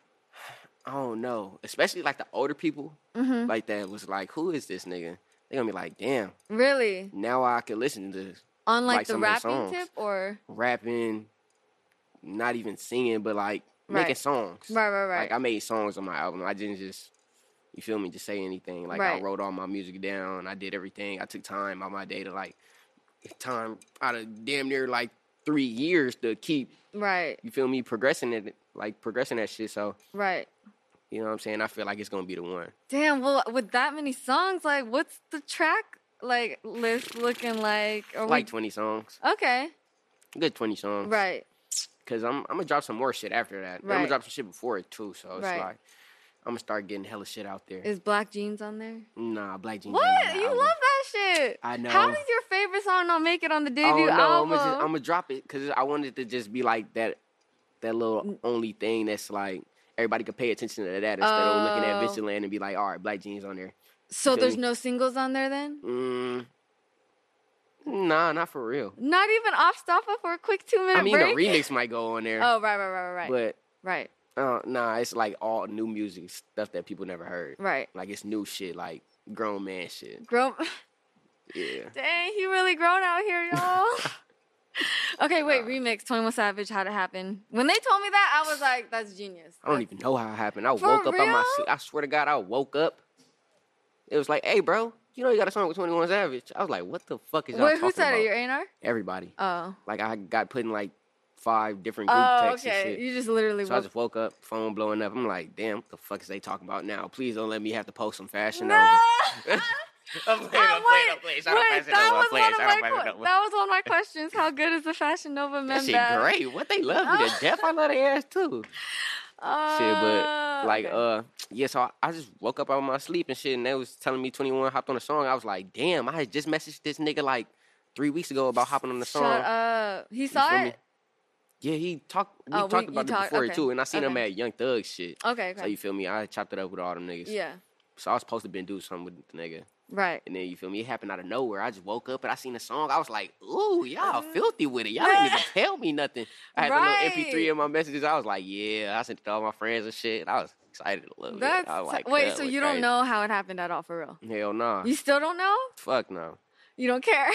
B: I don't know, especially like the older people
C: Mm-hmm.
B: like that was like, who is this nigga? They gonna be like, damn,
C: Really.
B: now I can listen to this
C: On like,
B: Like
C: the
B: some of the
C: rapping
B: songs.
C: tip or
B: rapping, not even singing, but like making
C: Right.
B: songs.
C: Right, right, right.
B: Like I made songs on my album. I didn't just, you feel me, just say anything. Like
C: Right.
B: I wrote all my music down. I did everything. I took time out my day to like, time out of damn near like three years to keep,
C: right,
B: you feel me, progressing it, like progressing that shit. So,
C: right.
B: you know what I'm saying? I feel like it's gonna be the one.
C: Damn, well with that many songs, like what's the track like list looking like or
B: Like 20 songs,
C: Okay.
B: good 20 songs.
C: Right.
B: Cause I'm I'm gonna drop some more shit after that. I'm
C: Right.
B: gonna drop some shit before it too. So it's
C: Right.
B: like I'm gonna start getting hella shit out there.
C: Is black jeans on there?
B: nah, Black Jeans. ain't on
C: What?
B: the
C: You
B: album.
C: love that shit.
B: I
C: How
B: know.
C: does your favorite song not make it on the
B: I don't
C: debut
B: know. I'm
C: album?
B: gonna just, I'm gonna drop it because I wanted to just be like that that little only thing that's like everybody could pay attention to that instead of looking at
C: Oh.
B: Vigilant and be like, all right, Black Jeans on there.
C: so
B: feel
C: there's
B: me?
C: no singles on there then?
B: Mm, nah, not for real.
C: Not even off stop for a quick two minute
B: I mean,
C: break.
B: the remix might go on there,
C: <laughs> Oh right, right, right, right, right.
B: but
C: Right,
B: uh, nah, it's like all new music stuff that people never heard.
C: right.
B: Like it's new shit, like grown man shit.
C: Grow
B: Yeah.
C: <laughs> Dang, he really grown out here, y'all. <laughs> okay, wait,
B: Uh.
C: remix. Twenty One Savage, how'd it happen? When they told me that, I was like, that's genius.
B: I don't even know how it happened. I
C: For
B: woke up out my
C: real?
B: sleep. I swear to God, I woke up. It was like, hey, bro, you know you got a song with 21 Savage. I was like, what the fuck is y'all
C: Wait,
B: talking
C: who said
B: about?
C: it? Your A&R?
B: Everybody.
C: Oh.
B: like, I got put in like five different group
C: Oh,
B: texts
C: okay.
B: and shit.
C: You just literally
B: So I
C: woke
B: just woke up, phone blowing up. I'm like, damn, what the fuck is they talking about now? Please don't let me have to post some fashion
C: No! <laughs>
B: over.
C: wait,
B: I'm playing, I'm playing, I'm playing. <laughs>
C: wait,
B: Shout out Fashion
C: that
B: Nova. I'm
C: was
B: playing,
C: one of
B: shout out
C: my
B: Fashion
C: que-
B: Nova.
C: that was one of my questions. How good is the Fashion Nova
B: That
C: men
B: shit
C: bag?
B: great. What they love me to death. I love their ass too. shit.
C: Uh,
B: But like,
C: okay.
B: uh, yeah. So I, I just woke up out of my sleep and shit, and they was telling me Twenty One hopped on a song. I was like, damn, I had just messaged this nigga like three weeks ago about hopping on the song.
C: Shut up. He
B: You
C: saw
B: feel me?
C: it?
B: Yeah, he talked. We
C: Oh, we-
B: talked
C: you
B: about it
C: talked-
B: before
C: okay,
B: too, and I seen him
C: okay.
B: at Young Thug shit.
C: Okay,
B: So you
C: okay.
B: feel me? I chopped it up with all them niggas.
C: Yeah.
B: So I was supposed to been do something with the nigga,
C: Right.
B: and then you feel me? It happened out of nowhere. I just woke up and I seen the song. I was like, ooh,
C: Uh-huh.
B: y'all filthy with it. Y'all didn't
C: <laughs>
B: even tell me nothing. I had a little
C: Right.
B: MP3 in my messages. I was like, yeah, I sent it to all my friends and shit. and I was excited a little
C: That's
B: bit. I was like,
C: Wait,
B: "Cuz,
C: so
B: we
C: you don't
B: crazy."
C: know how it happened at all for real?
B: Hell nah.
C: You still don't know?
B: Fuck no.
C: You don't care?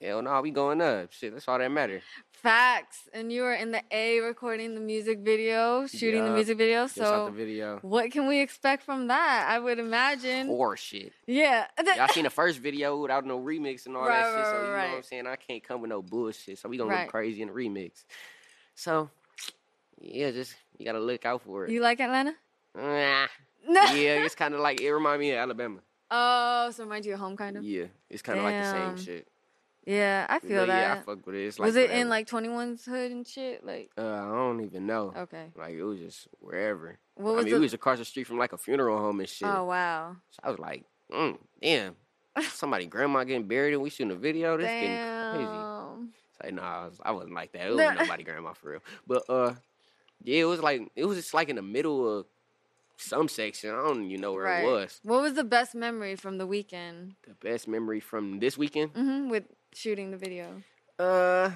B: Hell nah, we going up. Shit, that's all that matter.
C: Facts. And you were in the A recording the music video, shooting the
B: Yeah.
C: music video.
B: Just out the
C: So
B: video.
C: what can we expect from that? I would imagine.
B: Or
C: <laughs>
B: shit.
C: Yeah.
B: Y'all seen the first video without no remix and all
C: Right,
B: that shit.
C: right,
B: So you
C: right,
B: know what I'm
C: right.
B: saying? I can't come with no bullshit. So we gonna
C: Right.
B: look crazy in the remix. So yeah, just you gotta look out for it. <laughs>
C: you like Atlanta? <laughs>
B: Ah,
C: No.
B: yeah, it's kinda like it remind me of Alabama.
C: Oh, so remind you of home kind of? Yeah,
B: Yeah. It's kinda like the
C: Damn.
B: same shit.
C: I
B: But
C: feel
B: yeah, I
C: that.
B: fuck with it. It's like
C: Was it
B: whatever.
C: in like 21's hood and shit? Like,
B: uh I don't even know.
C: okay.
B: Like it was just wherever.
C: Oh. What
B: I
C: was
B: mean,
C: the-
B: we was across the street from like a funeral home and shit.
C: Oh, wow.
B: So I was like, mm,
C: <laughs>
B: damn, somebody grandma getting buried and we shooting a video. This getting crazy.
C: Damn.
B: It's like, nah, I, was, I wasn't like that. It
C: No.
B: wasn't
C: <laughs>
B: nobody grandma for real. But uh, yeah, it was like it was just like in the middle of some section. I don't even know where
C: Right.
B: it was.
C: What was the best memory from the weekend?
B: The best memory from this weekend.
C: hmm with shooting the video.
B: Uh,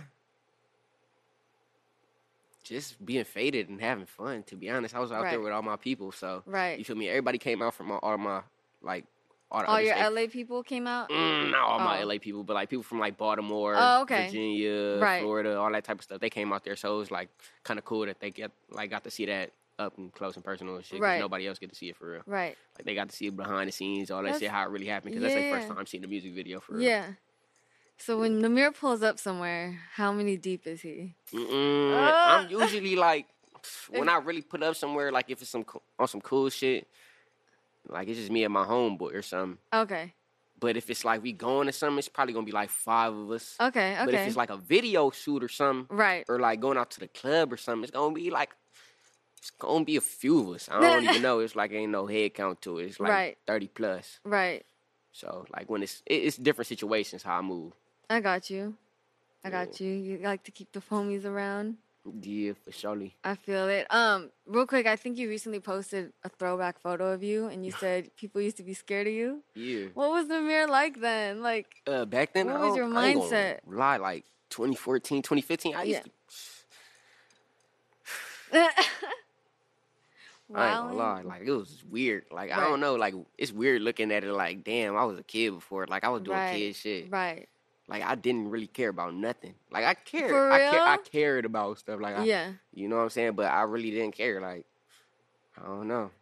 B: just being faded and having fun. To be honest, I was out there
C: Right.
B: with all my people, so
C: Right.
B: you feel me. Everybody came out from all, all my like all, the
C: All
B: other
C: your
B: states.
C: LA people came out?
B: Mm, not all my
C: Oh.
B: LA people, but like people from like Baltimore,
C: Oh, okay.
B: Virginia,
C: Right.
B: Florida, all that type of stuff. They came out there, so it was like kind of cool that they get like got to see that up and close and personal and shit. 'cause
C: Right.
B: Nobody else get to see it for real.
C: Right.
B: Like they got to see it behind the scenes, all that
C: That's-
B: shit, how it really happened. Because that's their
C: yeah.
B: first time seeing the music video for real.
C: Yeah. So when Namir pulls up somewhere, how many deep is he?
B: Mm-mm,
C: Ah.
B: I'm usually
C: <laughs>
B: like when I really put up somewhere, like if it's some co- on some cool shit, like it's just me and my homeboy or something.
C: Okay.
B: But if it's like we going to something, it's probably gonna be like five of us.
C: Okay. Okay.
B: But if it's like a video shoot or something,
C: right.
B: or like going out to the club or something, it's gonna be like it's gonna be a few of us. I don't
C: <laughs>
B: even know. It's like ain't no head count to it. It's like
C: Right.
B: thirty plus.
C: Right.
B: So like when it's it, it's different situations how I move.
C: I got you. I got you. You like to keep the homies around.
B: Yeah, for surely.
C: I feel it. Um, real quick, I think you recently posted a throwback photo of you, and you said people used to be scared of you.
B: Yeah.
C: What was the mirror like then? Like, <laughs>
B: Uh, back then,
C: What
B: I
C: was
B: don't-
C: your
B: I ain't gonna
C: mindset?
B: Lie, like 2014, 2015. I used
C: Yeah.
B: to. I ain't gonna
C: Wilding?
B: lie, like it was weird. Like I
C: Right.
B: don't know, like it's weird looking at it. Like damn, I was a kid before. Like I was doing
C: Right,
B: kid shit.
C: Right.
B: Like I didn't really care about nothing. Like I cared.
C: For
B: I, ca- I
C: real?
B: cared about stuff. Like I,
C: yeah.
B: you know what I'm saying. But I really didn't care. Like I don't know.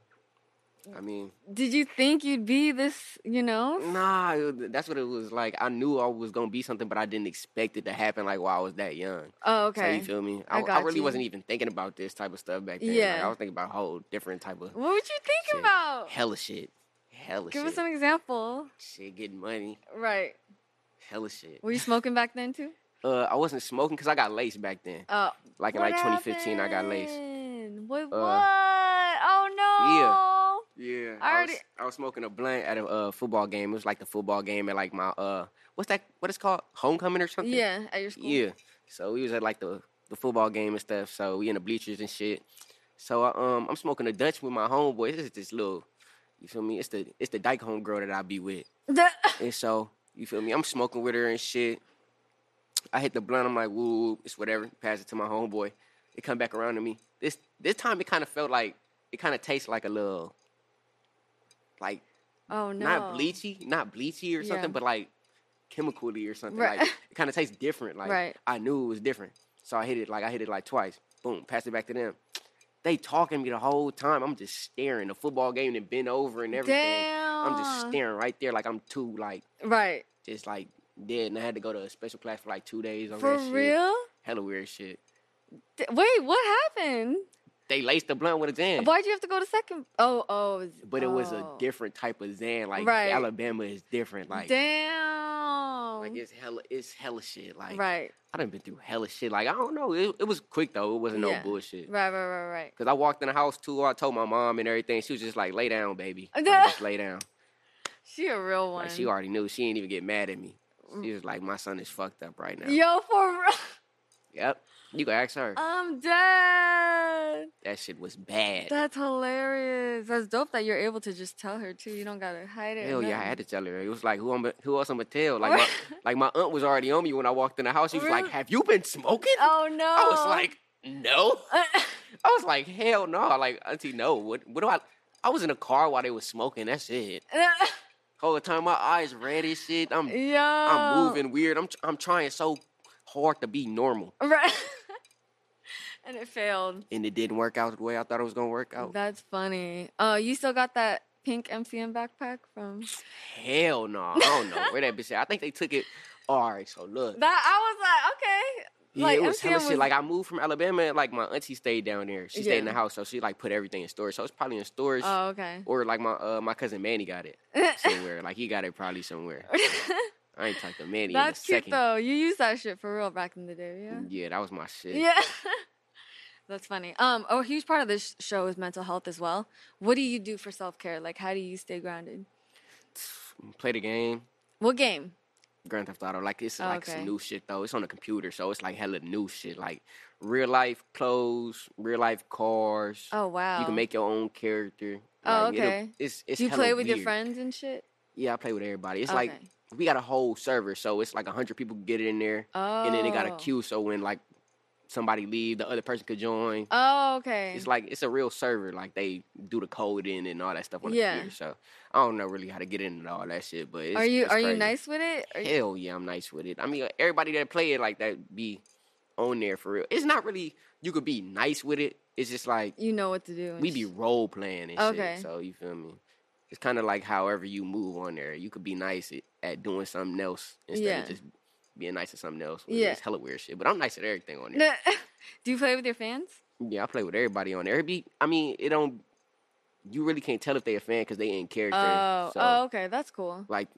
B: I mean,
C: Did you think you'd be this? You know?
B: nah, it was- that's what it was like. I knew I was gonna be something, but I didn't expect it to happen. Like while I was that young.
C: Oh,
B: So
C: okay.
B: you feel me? I,
C: I
B: I,
C: got
B: really
C: you.
B: wasn't even thinking about this type of stuff back then. Like,
C: Yeah.
B: I was thinking about a whole different type of
C: what would you think
B: shit.
C: about?
B: hella shit. Hella
C: Give
B: shit.
C: us an example.
B: shit, getting money.
C: Right.
B: Hella shit.
C: Were you smoking back then too?
B: Uh, I wasn't smoking because I got laced back then.
C: Uh,
B: Like in
C: what
B: like 2015, I got laced.
C: happened? What?
B: Uh,
C: what? Oh
B: Yeah,
C: I
B: I,
C: already-
B: was, I was smoking a blunt at a uh, football game. It was like the football game at like my uh, what's that? What it's called? Homecoming or
C: no!
B: something?
C: <laughs> Yeah, at your school.
B: Yeah. So we was at like the the football game and stuff. So we in the bleachers and shit. So I, um, I'm smoking a Dutch with my homeboy. This is this little, you feel me? It's the it's the dyke home girl that I be with. And so you feel me? I'm smoking with her and shit. I hit the blunt. I'm like, woo, woo, it's whatever. Pass it to my homeboy. It come back around to me. This this time it kind of felt like it kind of tastes like a little, like
C: <laughs> oh no!
B: not bleachy, not bleachy or
C: Yeah.
B: something, but like chemically or something.
C: Right.
B: Like it kind of tastes different. Like
C: Right.
B: I knew it was different, so I hit it like I hit it like twice. Boom, passed it back to them. They talking to me the whole time. I'm just staring. The football game and bent over and everything. I'm just
C: Damn.
B: staring right there, like I'm too like
C: Right.
B: just like dead. And I had to go to a special class for like two days. Over
C: For
B: that shit.
C: real?
B: Hella weird shit.
C: D- Wait, what happened?
B: They laced the blunt with a Xan.
C: Why'd you have to go to second? Oh, oh. was-
B: but it was a
C: oh.
B: different type of Xan. Like
C: Right.
B: Alabama is different. Like,
C: Damn.
B: like it's hella it's hella shit. Like
C: right,
B: I done been through hella shit. Like I don't know. It, it was quick though. It wasn't
C: Yeah.
B: no bullshit.
C: right, right, right, right.
B: Cause I walked in the house too. I told my mom and everything. She was just like, "Lay down,
C: <laughs>
B: baby. Like, just lay down."
C: She a real one. Mm.
B: Like she already knew. She didn't even get mad at me. She was like, "My son is fucked up right now."
C: Yo, for real.
B: Yep. You can ask her.
C: I'm dead.
B: that shit was bad.
C: That's hilarious. That's dope that you're able to just tell her too. You don't gotta hide it.
B: Hell yeah, I had to tell her. It was like, who I'm, who else I'ma tell? Like, my,
C: Right.
B: like my aunt was already on me when I walked in the house. She was like,
C: Really?
B: "Have you been smoking?"
C: Oh no.
B: I was like, "No." I was like, "Hell no!" Like, auntie, no. What? What do I? I was in a car while they was smoking. That's it.
C: <laughs>
B: Whole time my eyes red as shit. I'm,
C: Yo.
B: I'm moving weird. I'm, tr- I'm trying so hard to be normal,
C: <laughs> Right. and it failed.
B: and it didn't work out the way I thought it was gonna work out.
C: That's funny. Oh, you still got that pink MCM backpack from
B: Hell no! I don't know where that bitch at. I think they took it. All right, so look.
C: that? I was
B: Yeah,
C: like, okay.
B: it was hella
C: MCM
B: shit. Like I moved from Alabama, and like my auntie stayed down there. She stayed in the
C: Yeah.
B: house, so she like put everything in storage. So it's probably in storage,
C: oh, okay.
B: or like my uh, my cousin Manny got
C: <laughs>
B: it somewhere. like he got it probably somewhere. I ain't talked to Manny
C: That's
B: in a second.
C: cute
B: Mm,
C: though. You used that shit for real back in the day, yeah.
B: Yeah, that was my shit.
C: Yeah. <laughs> That's funny. Um, oh, a huge part of this show is mental health as well. What do you do for self care? Like, how do you stay grounded?
B: Play the game.
C: What game?
B: Grand Theft Auto. Like it's like
C: Okay.
B: some new shit though. It's on the computer, so it's like hella new shit. Like real life clothes, real life cars.
C: Oh wow.
B: You can make your own character.
C: Oh,
B: Like, it'll-
C: okay.
B: It's it's
C: Do you
B: hella
C: play with your
B: weird.
C: friends and shit?
B: Yeah, I play with everybody. It's like
C: Okay.
B: we got a whole server, so it's like hundred people can get it in there, and then they got a
C: Oh.
B: queue. So when like somebody leave, the other person could join.
C: Oh, okay.
B: It's like it's a real server. Like they do the code in and all that stuff on the
C: Yeah.
B: computer. So I don't know really how to get into all that shit. But it's,
C: are you
B: it's
C: are you
B: crazy.
C: nice with it? Are you-
B: Hell yeah, I'm nice with it. I mean, everybody that play it like that be on there for real. It's not really you could be nice with it. It's just like
C: you know what to do. and
B: we be
C: sh-
B: role playing and
C: Okay.
B: shit. So you feel me? It's kind of like however you move on there. You could be nice at, at doing something else instead
C: Yeah.
B: of just being nice at something else.
C: Yeah.
B: Yeah. It's hella weird shit. But I'm nice at everything on there.
C: <laughs> do you play with your fans?
B: yeah, I play with everybody on there. It be, I mean, it don't. You really can't tell if they a fan because they in character.
C: Oh,
B: so
C: oh, okay, that's cool.
B: like,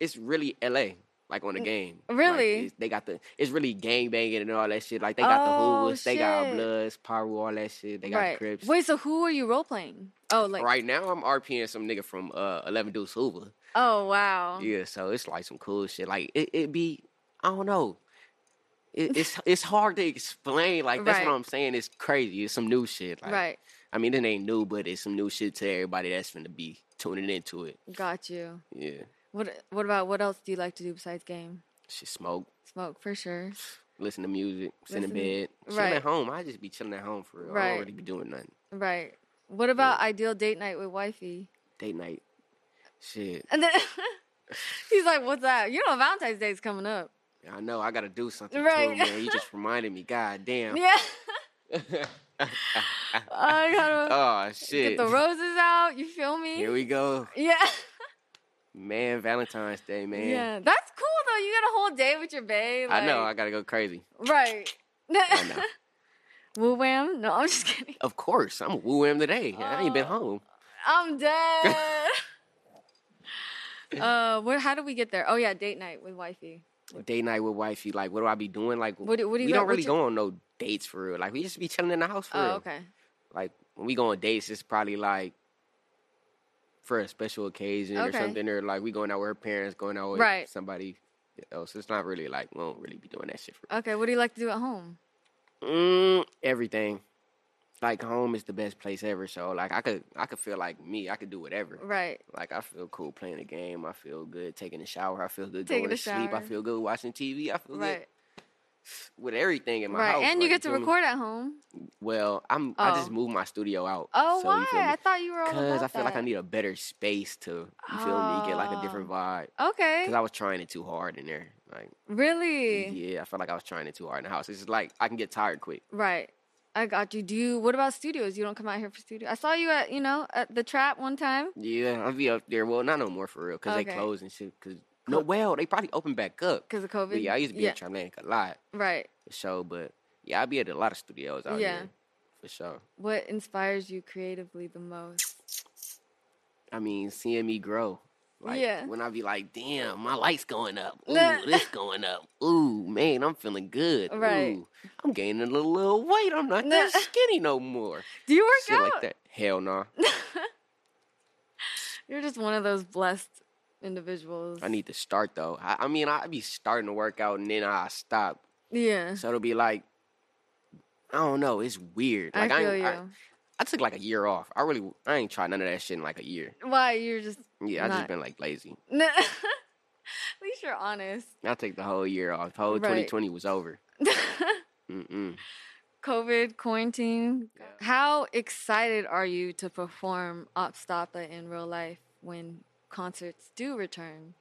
B: it's really LA. Like on the game, Like,
C: really?
B: it's- they got the it's really gang banging and all that shit. Like they got
C: Oh,
B: the Hoovers, they got
C: shit.
B: Bloods, Paru, all that shit. They got
C: right.
B: Crips.
C: Wait, so who are you role playing? Oh, like
B: right now, I'm RPing some nigga from uh, Eleven Deuce Hoover.
C: oh wow.
B: Yeah, so it's like some cool shit. Like it, it be, I don't know. it, it's it's hard to explain. Like that's
C: Right.
B: what I'm saying. It's crazy. It's some new shit. Like,
C: right.
B: I mean, it ain't new, but it's some new shit to everybody that's gonna be tuning into it.
C: Got you.
B: Yeah,
C: What What about what else do you like to do besides game?
B: shit, smoke,
C: Smoke for sure.
B: listen to music, sit in
C: Listen-
B: bed, chilling
C: right.
B: at home. I just be chilling at home for real. I
C: Right.
B: don't really be doing nothing.
C: Right. What about ideal date night with wifey? <laughs>
B: Date night, shit.
C: And then <laughs> he's like, "What's that? You know, Valentine's Day's coming up."
B: I know I gotta do something
C: Right.
B: too, man. You just reminded me.
C: <laughs>
B: God damn.
C: Yeah. I gotta
B: <laughs> Oh shit.
C: get the roses out. You feel me?
B: Here we go,
C: <laughs> yeah.
B: man. Valentine's Day, man.
C: Yeah. That's cool though. You got a whole day with your babe.
B: I know. I
C: like-
B: gotta go crazy.
C: right.
B: <laughs> I know.
C: <laughs> Woo wham? No, I'm just kidding.
B: Of course, I'm woo him today. I ain't
C: Oh.
B: been home. <laughs>
C: I'm dead. uh, where? How do we get there? Oh yeah, date night with wifey.
B: Day night with wifey. Like, what do I be doing? Like,
C: What do- what do you
B: we
C: go-
B: don't
C: what
B: really
C: you-
B: go on no dates for real. Like, we just be chilling in the house for
C: Oh,
B: real.
C: okay.
B: Like, when we go on dates, it's probably like for a special occasion
C: Okay.
B: or something, or like we going out with her parents, going out with
C: Right.
B: somebody else. It's not really like we don't really be doing that shit for
C: Okay. What do you like to do at home?
B: mm, everything. Like, home is the best place ever. So, like, I could, I could feel like me. I could do whatever.
C: Right.
B: Like I feel cool playing a game. I feel good taking a shower. I feel good
C: Taking
B: going to
C: a
B: sleep. I
C: shower.
B: feel good watching TV. I feel
C: Right.
B: good with everything in my
C: Right.
B: house.
C: and you
B: like,
C: get to
B: feel me?
C: record at home.
B: Well, I'm. I just
C: Oh.
B: moved my studio out.
C: Oh,
B: so,
C: why? I thought you were all
B: Because
C: about
B: I feel like I
C: that. Oh.
B: need a better space to you feel me get like a different vibe.
C: Okay.
B: Because I was trying it too hard in there. Like
C: really?
B: yeah, I felt like I was trying it too hard in the house. It's just like I can get tired quick.
C: Right. I got you. Do you, what about studios? You don't come out here for studio. I saw you at you know at the trap one time.
B: Yeah, I'll be up there. Well, not no more for real. Because
C: Okay.
B: they closed and shit. Because no, well, they probably opened back up.
C: 'Cause of COVID?
B: But yeah, I used to be
C: Yeah.
B: at Tramlank a lot.
C: Right.
B: for sure. But yeah, I be at a lot of studios out
C: Yeah.
B: here for sure.
C: What inspires you creatively the most?
B: I mean, seeing me grow. Like
C: Yeah.
B: when I be like, damn, my light's going up.
C: <laughs>
B: Ooh,
C: Nah.
B: this going up. Ooh, man, I'm feeling good.
C: Right.
B: Ooh, I'm gaining a little, little weight. I'm not
C: Nah.
B: that
C: <laughs>
B: skinny no more.
C: Do you work
B: Shit
C: out?
B: like that. Hell
C: <laughs>
B: no.
C: You're just one of those blessed individuals.
B: I need to start though. I, I mean, I be starting to work out and then I stop.
C: Yeah.
B: So it'll be like, I don't know. It's weird. Like
C: I feel
B: ain't-
C: you.
B: I took like a year off. I really, I ain't tried none of that shit in like a year.
C: Why you're just <laughs>
B: Yeah, I
C: Not-
B: just been like lazy.
C: at least you're honest. <laughs>
B: I take the whole year off. The whole
C: Right.
B: 2020 was over. Mm-mm.
C: COVID quarantine. How excited are you to perform Opstapa in real life when concerts do return?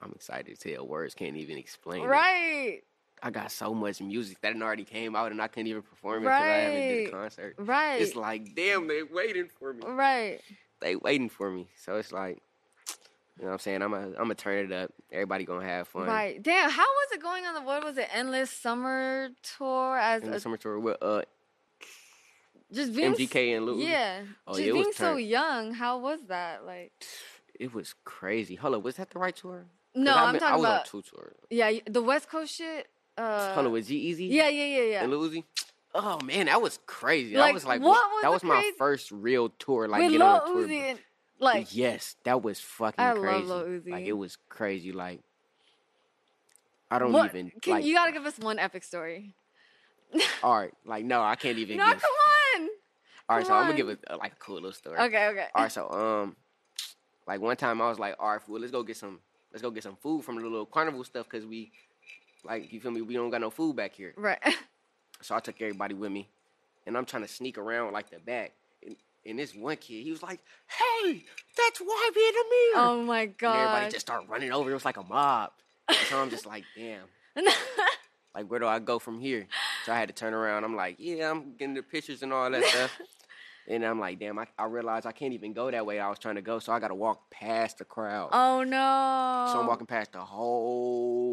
B: I'm excited to tell words can't even explain. it.
C: Right.
B: I got so much music that didn't already came out and I couldn't even perform it because I haven't did
C: Right.
B: a concert.
C: Right. Mm.
B: It's like, damn, they waiting for me.
C: Right.
B: They waiting for me. So it's like, you know what I'm saying? I'm going I'm to turn it up. Everybody going to have fun.
C: Right. Damn, how was it going on the what was it, endless summer tour as
B: In
C: a,
B: the summer tour with uh,
C: just being s-
B: MGK and Lou.
C: Yeah.
B: Oh,
C: just
B: yeah, it was
C: being so
B: turn-
C: young, how was that? Like
B: It was crazy. Hold up, was that the right tour? 'Cause
C: No,
B: I've
C: I'm
B: been-
C: talking
B: I was
C: about-
B: on two tours.
C: yeah, y- the West Coast shit. Uh
B: Hold up, with G-Eazy?
C: Yeah, yeah, yeah, yeah.
B: and Lil Uzi. Oh man, that was crazy.
C: Like,
B: that was like
C: what
B: one-
C: was
B: that
C: the
B: was my
C: crazy-
B: first real tour, like
C: With
B: get
C: Lil
B: on a tour.
C: Uzi and like
B: yes, that was fucking
C: I love
B: crazy.
C: Lil Uzi.
B: Like it was crazy. Like I don't
C: what,
B: even
C: can,
B: like
C: you gotta give us one epic story.
B: all right. Like no, I can't even.
C: <laughs> No,
B: give,
C: come
B: all right, so I'm gonna give
C: on.
B: a, like a cool little story.
C: on. Okay, okay.
B: All right, so um, like one time I was like, all right, fool, let's go get some, let's go get some food from the little carnival stuff because we, like, you feel me? We don't got no food back here.
C: <laughs> Right. <laughs>
B: So I took everybody with me, and I'm trying to sneak around like the back. And, and this one kid, he was like, "Hey, that's why we in the mirror."
C: Oh my
B: and
C: god.
B: everybody just started running over. It was like a mob. And so I'm just like, <laughs> "Damn, like where do I go from here?" So I had to turn around. I'm like, "Yeah, I'm getting the pictures and all that
C: <laughs>
B: stuff." And I'm like, "Damn, I, I realized I can't even go that way I was trying to go, so I got to walk past the crowd."
C: <laughs> oh no.
B: So I'm walking past the whole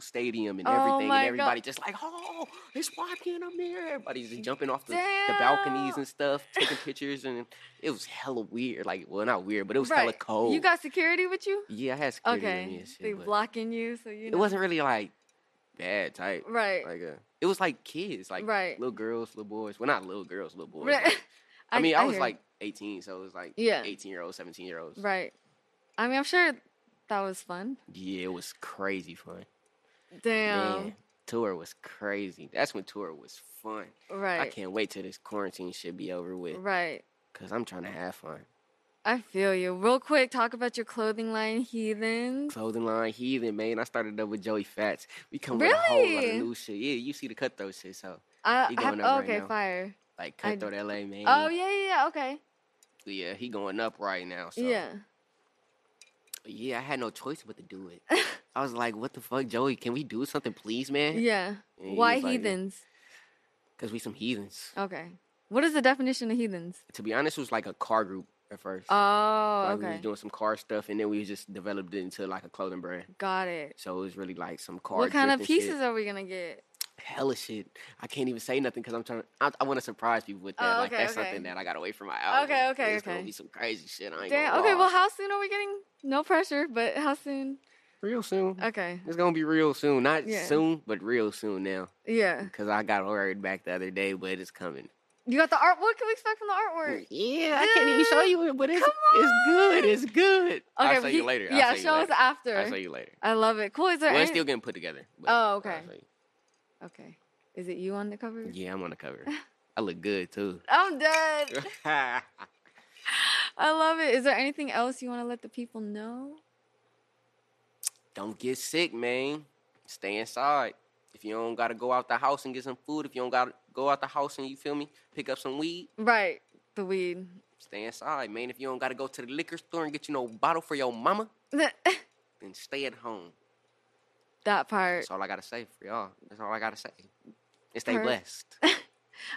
B: stadium and
C: Um Oh
B: everything,
C: my
B: and
C: God.
B: everybody just like, oh, it's walking up there. Everybody's just jumping off the, the balconies
C: Damn.
B: and stuff, taking pictures, and it was hella weird. Like, well, not weird, but it was hella
C: Right.
B: cold.
C: You got security with you?
B: yeah, I had security with me
C: Okay.
B: and shit,
C: They
B: but
C: blocking you so you
B: It
C: know.
B: wasn't really like bad type.
C: <laughs> Right. <laughs>
B: Like, uh, it was like kids, like
C: Right.
B: little girls, little boys. Well, not little girls, little boys.
C: Right. <laughs>
B: but- I, mean, I, was
C: hear you.
B: like 18, so it was like
C: Yeah.
B: 18 year olds, 17 year olds.
C: Right. I mean, I'm sure that was fun.
B: Yeah, it was crazy fun.
C: Damn.
B: Man. tour was crazy. That's when tour was fun. I
C: Right.
B: can't wait till this quarantine should be over with
C: Right.
B: because I'm trying to have fun.
C: I feel you. Real quick, talk about your clothing line, Heathens.
B: Clothing line heathen, man. I started up with Joey Fats. We come with a whole lot
C: Really?
B: of new shit. Yeah, you see the cutthroat shit, so
C: I,
B: He
C: I have,
B: going up right
C: okay,
B: now.
C: fire.
B: like
C: I-
B: cutthroat LA man.
C: Oh yeah, yeah, yeah. Okay.
B: yeah, he going up right now. So
C: Yeah.
B: yeah, I had no choice but to do
C: <laughs>
B: it. I was like, what the fuck, Joey? Can we do something, please, man?
C: Yeah.
B: <laughs> And he
C: Why Oh.
B: was like,
C: heathens?
B: Cause we some heathens.
C: Okay. What is the definition of heathens?
B: To be honest, it was like a car group at first.
C: Oh,
B: like, We
C: okay.
B: was doing some car stuff, and then we just developed it into like a clothing brand.
C: Got it.
B: So it was really like some car.
C: What kind
B: drift
C: of
B: and
C: pieces
B: Shit.
C: are we gonna get?
B: Hella shit. I can't even say nothing because I'm trying. I, I want to surprise people with that.
C: Oh,
B: like
C: okay,
B: that's
C: okay.
B: something that I got away from my album.
C: Okay, okay,
B: It's
C: okay.
B: gonna be some crazy shit. I ain't
C: Damn.
B: gonna
C: Okay. Well,
B: lie.
C: how soon are we getting? No pressure, but how soon?
B: real soon.
C: Okay.
B: It's gonna be real soon. Not
C: Yeah.
B: soon, but real soon now.
C: Yeah.
B: Cause I got worried back the other day, but it's coming. Mm,
C: You got the art. What can we expect from the artwork?
B: Yeah, I can't even show
C: Dude,
B: you it, but it's
C: come
B: it's good. It's good. I'll show
C: but
B: you
C: he-
B: later. I'll
C: Yeah.
B: show you
C: show us
B: later.
C: after.
B: I'll show you later.
C: I love it. Cool. Is there?
B: Well, it's
C: any-
B: still getting put together. but
C: Oh,
B: I'll
C: okay.
B: show you.
C: Okay. Is it you on the <laughs> cover?
B: Yeah, I'm on the cover. I look good too.
C: I'm dead.
B: I
C: I love it. Is there anything else you want to let the people know?
B: don't get sick, man. Stay inside. If you don't gotta go out the house and get some food, if you don't gotta go out the house and you feel me, pick up some weed.
C: Right. The weed. <laughs>
B: Stay inside, man. If you don't gotta go to the liquor store and get you no bottle for your mama, then stay at home.
C: that part.
B: That's all I gotta say for y'all. That's all I gotta say. And stay
C: Perfect.
B: blessed.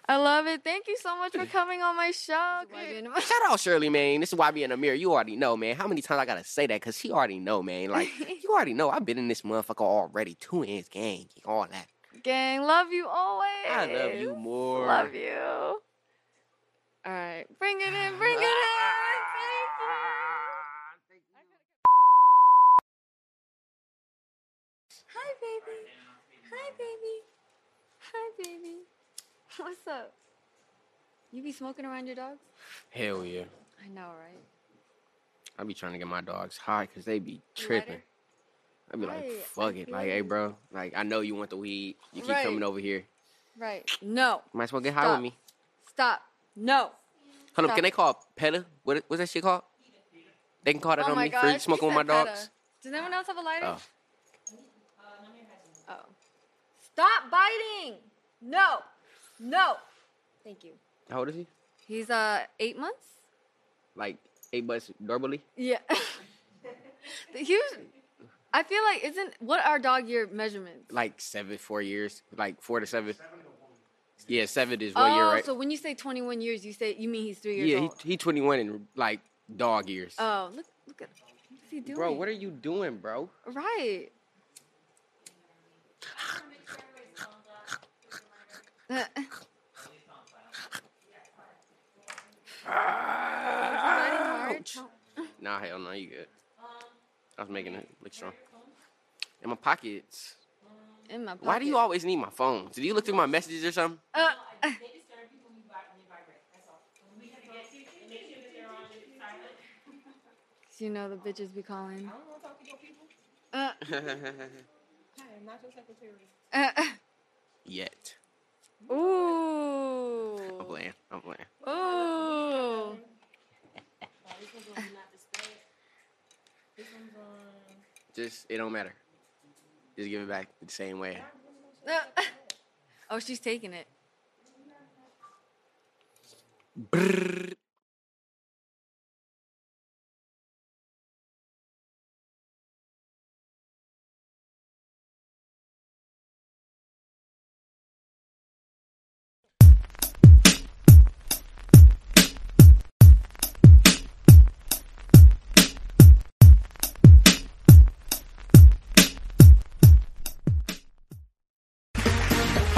C: I love it. Thank you so much for coming on my show. Good.
B: Shout out Shirley, man. This is why I be in the mirror. You already know, man. How many times I gotta say that? Cause she already know, man. Like you already know. I've been in this motherfucker already. Two ends gang, all that.
C: <laughs> Gang, love you always.
B: I love you more.
C: Love you. All right. Bring it in. Bring it in. Thank you. Hi, baby. Hi, baby. Hi, baby. What's up? You be smoking around your dogs?
B: Hell yeah.
C: I know, right?
B: I be trying to get my dogs high because they be tripping. I be like,
C: Right, I
B: fuck it.
C: feel
B: Like, hey,
C: you.
B: bro. Like, I know you want the weed. You keep
C: Right.
B: coming over here.
C: Right. No.
B: Might as well get high
C: Stop.
B: with me.
C: Stop. No.
B: Hold up.
C: Stop.
B: Can they call Pella? What, what's that shit called? They can call that
C: oh
B: on
C: my
B: me
C: god.
B: for
C: she
B: smoking with my
C: said peta.
B: dogs.
C: Does anyone else have a lighter?
B: Oh.
C: Oh. Stop biting. No. No. Thank you.
B: How old is he?
C: He's uh eight months.
B: Like, eight months normally?
C: Yeah. <laughs> he was. I feel like isn't what are dog year measurements?
B: Like, seven, four years. Like, four to seven. Yeah, seven is one year,
C: oh,
B: right?
C: so when you say 21 years, you say you mean he's three years
B: yeah, he,
C: old.
B: he 21 and like dog years.
C: oh, look, look at what's he doing?
B: bro, what are you doing, bro?
C: right? Uh, he's biting hard. Don't-
B: Nah, hell no, you good. I was making it look strong. In my pockets.
C: <laughs> In my
B: Why do you
C: pocket.
B: always need my phone? Did you look through my messages or something? <laughs>
C: Uh, uh, <laughs> you know the bitches be calling. Uh, uh,
B: Yet.
C: uh, ooh.
B: I'm <laughs> playing. I'm playing.
C: Ooh.
B: Just it don't matter. Just give it back the same way.
C: Uh, <laughs> oh, she's taking it.
B: Brrr.